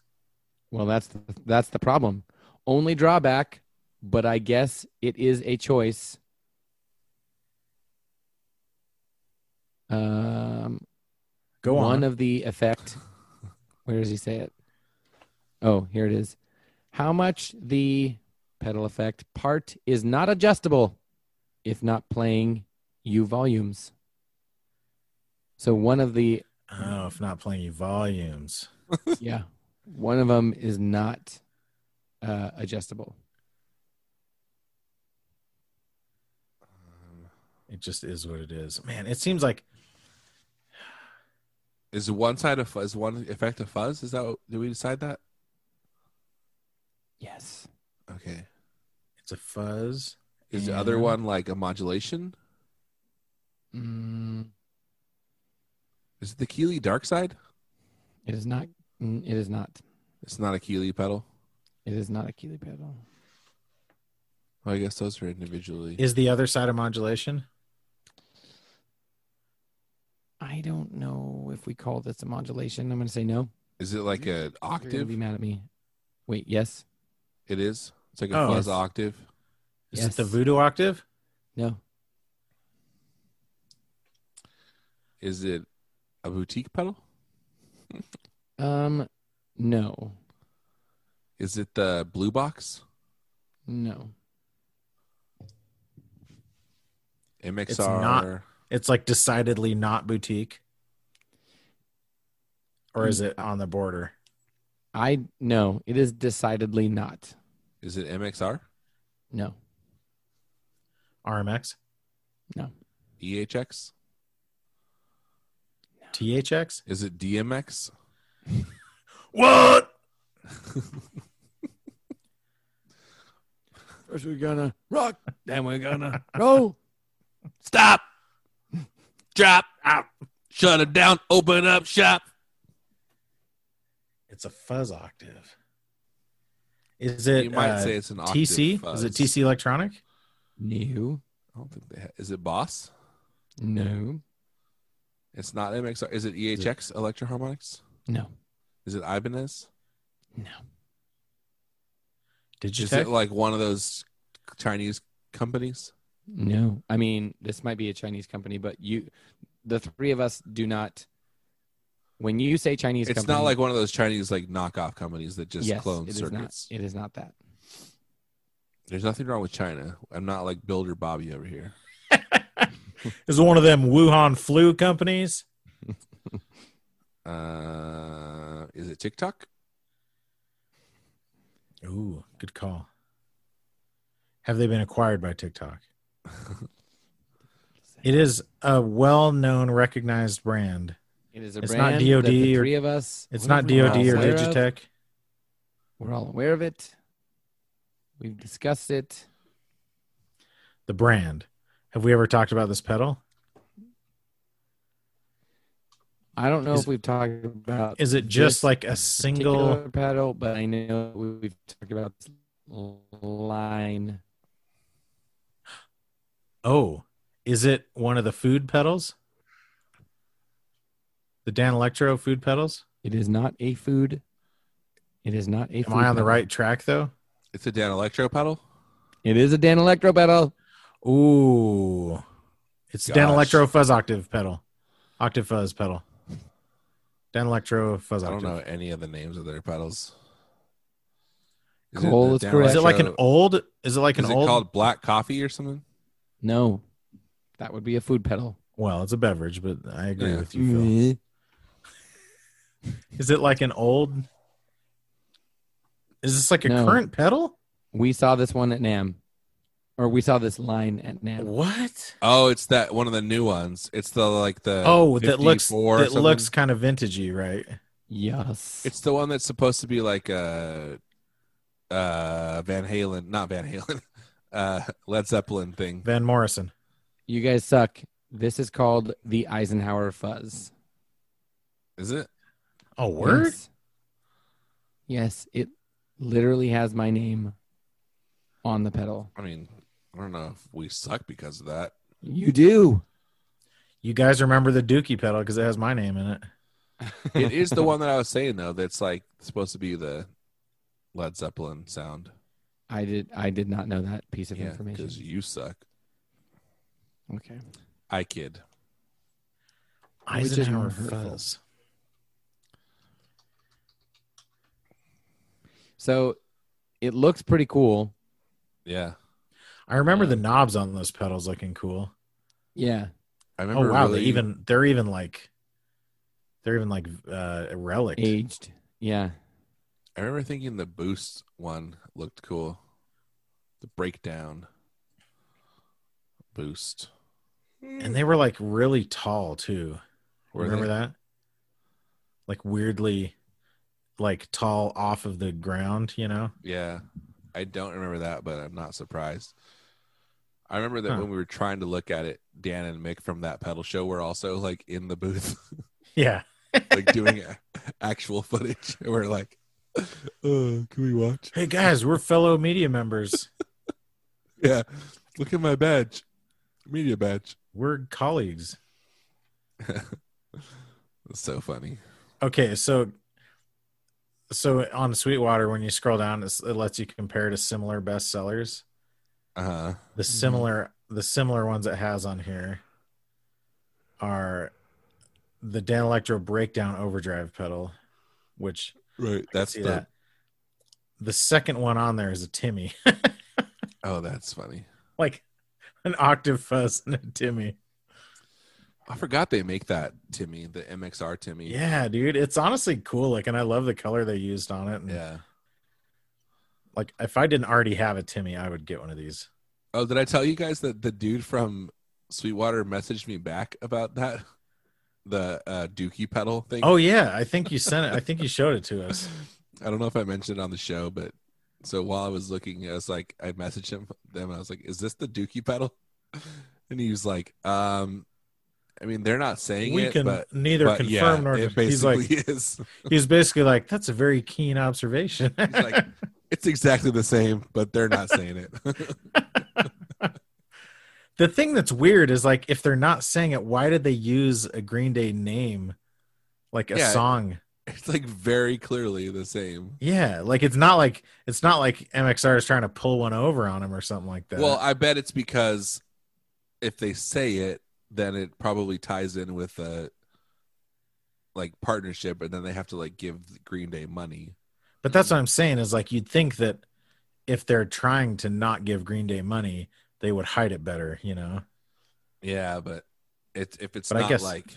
[SPEAKER 2] Well, that's the, that's the problem. Only drawback, but I guess it is a choice. Um,
[SPEAKER 3] Go
[SPEAKER 2] one
[SPEAKER 3] on.
[SPEAKER 2] of the effect. Where does he say it? Oh, here it is. How much the pedal effect part is not adjustable if not playing U volumes. So one of the
[SPEAKER 3] oh, if not playing you volumes.
[SPEAKER 2] yeah one of them is not uh, adjustable
[SPEAKER 3] It just is what it is. Man, it seems like
[SPEAKER 1] Is one side of fuzz one effect of fuzz? Is that what- did we decide that?
[SPEAKER 2] Yes.
[SPEAKER 1] Okay.
[SPEAKER 3] It's a fuzz.
[SPEAKER 1] Is the other
[SPEAKER 3] And-
[SPEAKER 1] one like a modulation?
[SPEAKER 2] Mm,
[SPEAKER 1] Is it the Keeley Dark Side?
[SPEAKER 2] it is not. mm, It is not.
[SPEAKER 1] It's not a Keeley pedal.
[SPEAKER 2] It is not a Keeley pedal.
[SPEAKER 1] Well, I guess those are individually.
[SPEAKER 3] Is the other side of modulation?
[SPEAKER 2] I don't know if we call this a modulation. I'm going to say no.
[SPEAKER 1] Is it like an
[SPEAKER 2] You're gonna
[SPEAKER 1] octave?
[SPEAKER 2] Be mad at me. Wait. Yes.
[SPEAKER 1] It is. It's like a
[SPEAKER 3] Oh.
[SPEAKER 1] fuzz
[SPEAKER 2] Yes.
[SPEAKER 1] octave.
[SPEAKER 3] Is
[SPEAKER 2] Yes.
[SPEAKER 3] it the voodoo octave?
[SPEAKER 2] No.
[SPEAKER 1] Is it a boutique pedal?
[SPEAKER 2] Um. No.
[SPEAKER 1] Is it the blue box?
[SPEAKER 2] No.
[SPEAKER 1] MXR.
[SPEAKER 3] not. It's like decidedly not boutique. Or is
[SPEAKER 2] Mm.
[SPEAKER 3] it on the border?
[SPEAKER 2] I no. It is decidedly not.
[SPEAKER 1] Is it MXR?
[SPEAKER 2] No.
[SPEAKER 3] RMX?
[SPEAKER 1] E EHX?
[SPEAKER 3] THX?
[SPEAKER 1] Is it DMX?
[SPEAKER 3] What?
[SPEAKER 2] First we're gonna rock, then we're gonna roll. Stop.
[SPEAKER 1] Drop out. Shut it down. Open up shop.
[SPEAKER 3] It's a fuzz octave. Is it
[SPEAKER 1] You might
[SPEAKER 3] uh,
[SPEAKER 1] say it's an octave.
[SPEAKER 3] TC?
[SPEAKER 1] fuzz.
[SPEAKER 3] Is it TC Electronic?
[SPEAKER 2] New.
[SPEAKER 1] I don't think they ha- Is it Boss?
[SPEAKER 2] No.
[SPEAKER 1] It's not MXR. Is it E
[SPEAKER 3] it-
[SPEAKER 1] EHX Electro Harmonics?
[SPEAKER 2] No.
[SPEAKER 1] Is it Ibanez?
[SPEAKER 2] No.
[SPEAKER 3] Did you
[SPEAKER 1] Is it like one of those Chinese companies?
[SPEAKER 2] No. I mean, this might be a Chinese company, but you, the three of us, do not. When you say Chinese,
[SPEAKER 1] it's
[SPEAKER 2] company,
[SPEAKER 1] not like one of those Chinese like knockoff companies that just
[SPEAKER 2] yes,
[SPEAKER 1] clone
[SPEAKER 2] it is not.
[SPEAKER 1] circuits.
[SPEAKER 2] It is not that.
[SPEAKER 1] There's nothing wrong with China. I'm not like Builder Bobby over here.
[SPEAKER 3] Is it one of them Wuhan flu companies?
[SPEAKER 1] Uh, is it TikTok?
[SPEAKER 3] Ooh, good call. Have they been acquired by TikTok? It is a well-known, recognized brand.
[SPEAKER 2] It is a
[SPEAKER 3] It's not
[SPEAKER 2] brand.
[SPEAKER 3] DoD
[SPEAKER 2] that the
[SPEAKER 3] or-
[SPEAKER 2] three of us.
[SPEAKER 3] It's
[SPEAKER 2] what
[SPEAKER 3] not
[SPEAKER 2] if we were
[SPEAKER 3] DoD
[SPEAKER 2] all
[SPEAKER 3] or
[SPEAKER 2] aware of?
[SPEAKER 3] Digitech.
[SPEAKER 2] We're all aware of it. We've discussed it.
[SPEAKER 3] The brand. Have we ever talked about this pedal?
[SPEAKER 2] I don't know
[SPEAKER 3] Is-
[SPEAKER 2] if we've talked about
[SPEAKER 3] Is it just
[SPEAKER 2] this
[SPEAKER 3] like a single?
[SPEAKER 2] particular pedal, but I know we've talked about this line.
[SPEAKER 3] Oh, is it one of the food pedals? The Dan Electro food pedals.
[SPEAKER 2] It is not a food. It is not a.
[SPEAKER 3] Am I on the right track though?
[SPEAKER 1] It's a Dan Electro pedal.
[SPEAKER 2] It is a Dan Electro pedal.
[SPEAKER 3] Ooh, it's the Dan
[SPEAKER 1] Gosh.
[SPEAKER 3] Electro fuzz octave pedal, octave fuzz pedal. Dan Electro fuzz
[SPEAKER 1] I
[SPEAKER 3] octave.
[SPEAKER 1] don't know any of the names of their pedals.
[SPEAKER 2] Cole
[SPEAKER 1] the
[SPEAKER 2] is
[SPEAKER 1] Dan
[SPEAKER 2] correct.
[SPEAKER 3] Is it like an
[SPEAKER 1] Electro-
[SPEAKER 3] old? Is it like an
[SPEAKER 1] is it
[SPEAKER 3] old?
[SPEAKER 1] called Black Coffee or something?
[SPEAKER 2] No, that would be a food pedal.
[SPEAKER 3] well, it's a beverage, but I agree
[SPEAKER 1] Yeah.
[SPEAKER 3] with you,
[SPEAKER 2] Mm.
[SPEAKER 3] Phil. Is it like an old? Is this like a
[SPEAKER 2] No.
[SPEAKER 3] current pedal?
[SPEAKER 2] We saw this one at Nam, or we saw this line at Nam.
[SPEAKER 3] What?
[SPEAKER 1] Oh, it's that one of the new ones. It's the like the
[SPEAKER 3] Oh, that looks
[SPEAKER 1] 54 or
[SPEAKER 3] that
[SPEAKER 1] something?
[SPEAKER 3] looks kind of vintagey, right?
[SPEAKER 2] Yes,
[SPEAKER 1] It's the one that's supposed to be like a uh Van Halen, not Van Halen, uh Led Zeppelin thing.
[SPEAKER 3] Van Morrison.
[SPEAKER 2] you guys suck. This is called the Eisenhower fuzz.
[SPEAKER 1] Is it?
[SPEAKER 3] Oh, word.
[SPEAKER 2] Yes. Yes, it literally has my name on the pedal.
[SPEAKER 1] I mean, I don't know if we suck because of that.
[SPEAKER 2] You do.
[SPEAKER 3] You guys remember the Dookie pedal because it has my name in it.
[SPEAKER 1] It is the one that I was saying though that's like supposed to be the Led Zeppelin sound.
[SPEAKER 2] I did. I did not know that piece of
[SPEAKER 1] Yeah,
[SPEAKER 2] information.
[SPEAKER 1] because you suck.
[SPEAKER 2] okay.
[SPEAKER 1] I kid.
[SPEAKER 2] Which is
[SPEAKER 3] Eisenhower
[SPEAKER 2] more hurtful.
[SPEAKER 3] fuzz.
[SPEAKER 2] So it looks pretty cool.
[SPEAKER 1] Yeah.
[SPEAKER 3] I remember
[SPEAKER 1] Yeah.
[SPEAKER 3] the knobs on those pedals looking cool.
[SPEAKER 2] Yeah.
[SPEAKER 1] I
[SPEAKER 3] Oh
[SPEAKER 1] remember
[SPEAKER 3] wow,
[SPEAKER 1] really
[SPEAKER 3] they even they're even like they're even like uh a relic.
[SPEAKER 2] Aged. Yeah.
[SPEAKER 1] I remember thinking the boost one looked cool. The breakdown boost.
[SPEAKER 3] And they were like really tall too.
[SPEAKER 1] Were
[SPEAKER 3] remember
[SPEAKER 1] they?
[SPEAKER 3] that? Like weirdly like tall off of the ground, you know?
[SPEAKER 1] Yeah, I don't remember that, but I'm not surprised. I remember that
[SPEAKER 3] Huh.
[SPEAKER 1] when we were trying to look at it, Dan and Mick from that pedal show were also like in the booth,
[SPEAKER 3] Yeah.
[SPEAKER 1] like doing a- actual footage. And we're like, uh, can we watch?
[SPEAKER 3] Hey guys, we're fellow media members.
[SPEAKER 1] Yeah, look at my badge, media badge.
[SPEAKER 3] We're colleagues.
[SPEAKER 1] It's so funny.
[SPEAKER 3] Okay, so so on Sweetwater, when you scroll down, it's, it lets you compare to similar bestsellers.
[SPEAKER 1] Uh huh.
[SPEAKER 3] The similar the similar ones it has on here are the Dan Electro Breakdown Overdrive pedal, which
[SPEAKER 1] Right. That's
[SPEAKER 3] see
[SPEAKER 1] the.
[SPEAKER 3] that. The second one on there is a Timmy,
[SPEAKER 1] Oh, that's funny.
[SPEAKER 3] like an octave fuzz and a Timmy.
[SPEAKER 1] I forgot they make that Timmy, the MXR Timmy.
[SPEAKER 3] Yeah, dude, it's honestly cool looking. I love the color they used on it. And
[SPEAKER 1] Yeah.
[SPEAKER 3] Like, if I didn't already have a Timmy, I would get one of these.
[SPEAKER 1] Oh, did I tell you guys that the dude from Sweetwater messaged me back about that? The uh, Dookie pedal thing.
[SPEAKER 3] Oh yeah, I think you sent it. I think you showed it to us.
[SPEAKER 1] I don't know if I mentioned it on the show, but so while I was looking, I was like, I messaged him them, and I was like, "Is this the Dookie pedal?" And he was like, "Um, I mean, they're not saying
[SPEAKER 3] We
[SPEAKER 1] it,
[SPEAKER 3] can
[SPEAKER 1] but,
[SPEAKER 3] neither
[SPEAKER 1] but yeah,
[SPEAKER 3] confirm nor
[SPEAKER 1] it
[SPEAKER 3] deny. he's
[SPEAKER 1] basically
[SPEAKER 3] like
[SPEAKER 1] is.
[SPEAKER 3] he's basically like that's a very keen observation.
[SPEAKER 1] He's like, it's exactly the same, but they're not saying it."
[SPEAKER 3] the thing that's weird is like if they're not saying it, why did they use a Green Day name, like a
[SPEAKER 1] Yeah.
[SPEAKER 3] song?
[SPEAKER 1] it's like very clearly the same.
[SPEAKER 3] Yeah, like it's not like it's not like MXR is trying to pull one over on him or something like that.
[SPEAKER 1] Well, I bet it's because if they say it, then it probably ties in with a like partnership, and then they have to like give Green Day money.
[SPEAKER 3] but that's what I'm saying is like you'd think that if they're trying to not give Green Day money, they would hide it better, you know.
[SPEAKER 1] Yeah, but it's if it's
[SPEAKER 3] But I
[SPEAKER 1] not
[SPEAKER 3] guess
[SPEAKER 1] like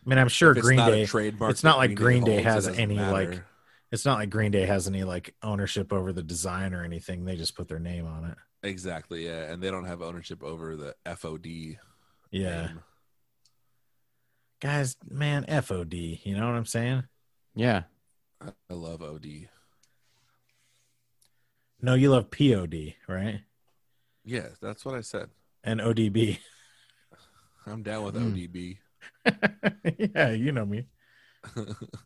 [SPEAKER 3] I mean, I'm sure
[SPEAKER 1] if it's
[SPEAKER 3] Green
[SPEAKER 1] not
[SPEAKER 3] Day
[SPEAKER 1] a trademark.
[SPEAKER 3] it's not
[SPEAKER 1] that
[SPEAKER 3] like Green Day
[SPEAKER 1] holds, it
[SPEAKER 3] has
[SPEAKER 1] doesn't
[SPEAKER 3] any, like-
[SPEAKER 1] matter.
[SPEAKER 3] it's not like Green Day has any like ownership over the design or anything. They just put their name on it.
[SPEAKER 1] exactly yeah, and they don't have ownership over the FOD.
[SPEAKER 3] Yeah.
[SPEAKER 1] name.
[SPEAKER 3] Guys, man, FOD, you know what I'm saying?
[SPEAKER 2] Yeah.
[SPEAKER 1] I- I love OD.
[SPEAKER 3] No, you love POD, right?
[SPEAKER 1] Yeah, that's what I said.
[SPEAKER 3] And ODB.
[SPEAKER 1] I'm down with
[SPEAKER 3] Hmm.
[SPEAKER 2] Mm.
[SPEAKER 1] ODB.
[SPEAKER 3] yeah, you know me.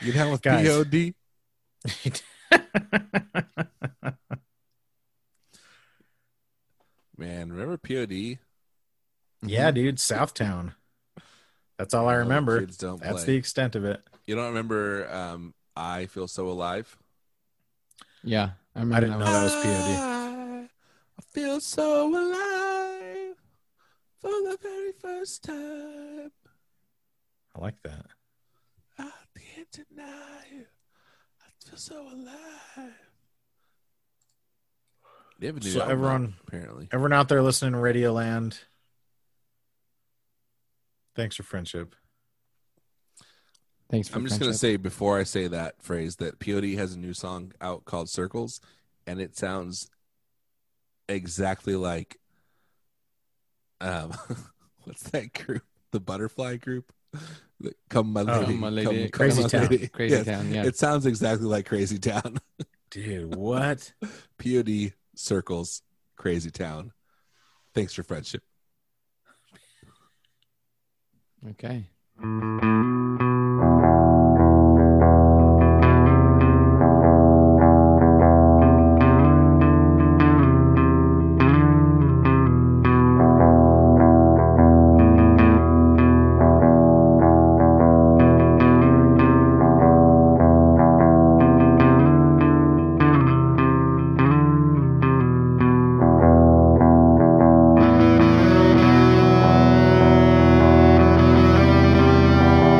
[SPEAKER 1] You down with
[SPEAKER 3] Guys.
[SPEAKER 1] POD? Man, remember POD?
[SPEAKER 2] Mm-hmm.
[SPEAKER 3] yeah, dude, Southtown. That's all I
[SPEAKER 1] Other
[SPEAKER 3] remember.
[SPEAKER 1] Kids don't
[SPEAKER 3] That's the
[SPEAKER 1] play.
[SPEAKER 3] extent of it.
[SPEAKER 1] You don't remember? Um, I feel so alive.
[SPEAKER 2] Yeah. I remember
[SPEAKER 3] didn't
[SPEAKER 2] that
[SPEAKER 3] know
[SPEAKER 2] one.
[SPEAKER 3] that was POD.
[SPEAKER 1] POD. I feel so alive for the very first time.
[SPEAKER 3] I like that.
[SPEAKER 1] I can't deny it. I feel so alive. They have a new
[SPEAKER 3] So
[SPEAKER 1] album out,
[SPEAKER 3] everyone-
[SPEAKER 1] apparently.
[SPEAKER 3] Everyone out there listening to Radio Land, thanks for friendship.
[SPEAKER 2] Thanks for
[SPEAKER 1] I'm just gonna
[SPEAKER 2] friendship.
[SPEAKER 1] say before I say that phrase that POD has a new song out called Circles, and it sounds exactly like um, what's that group? The Butterfly Group. The Come my
[SPEAKER 3] Oh,
[SPEAKER 1] lady,
[SPEAKER 2] Come My
[SPEAKER 1] Come-
[SPEAKER 2] Lady,
[SPEAKER 1] Come
[SPEAKER 2] Crazy
[SPEAKER 1] My
[SPEAKER 3] Town.
[SPEAKER 1] Lady.
[SPEAKER 2] Crazy
[SPEAKER 1] Yes,
[SPEAKER 2] Town. Yeah.
[SPEAKER 1] It sounds exactly like Crazy Town.
[SPEAKER 3] Dude, what?
[SPEAKER 1] POD Circles Crazy Town. Thanks for friendship.
[SPEAKER 2] Okay.
[SPEAKER 5] Thank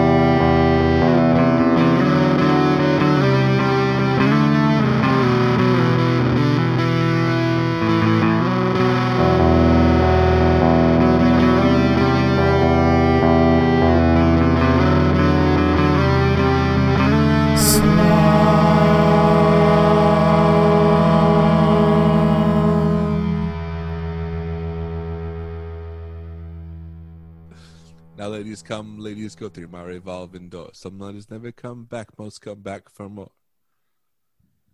[SPEAKER 1] Ladies come, ladies go through my revolving door. Some ladies never come back, most come back for more.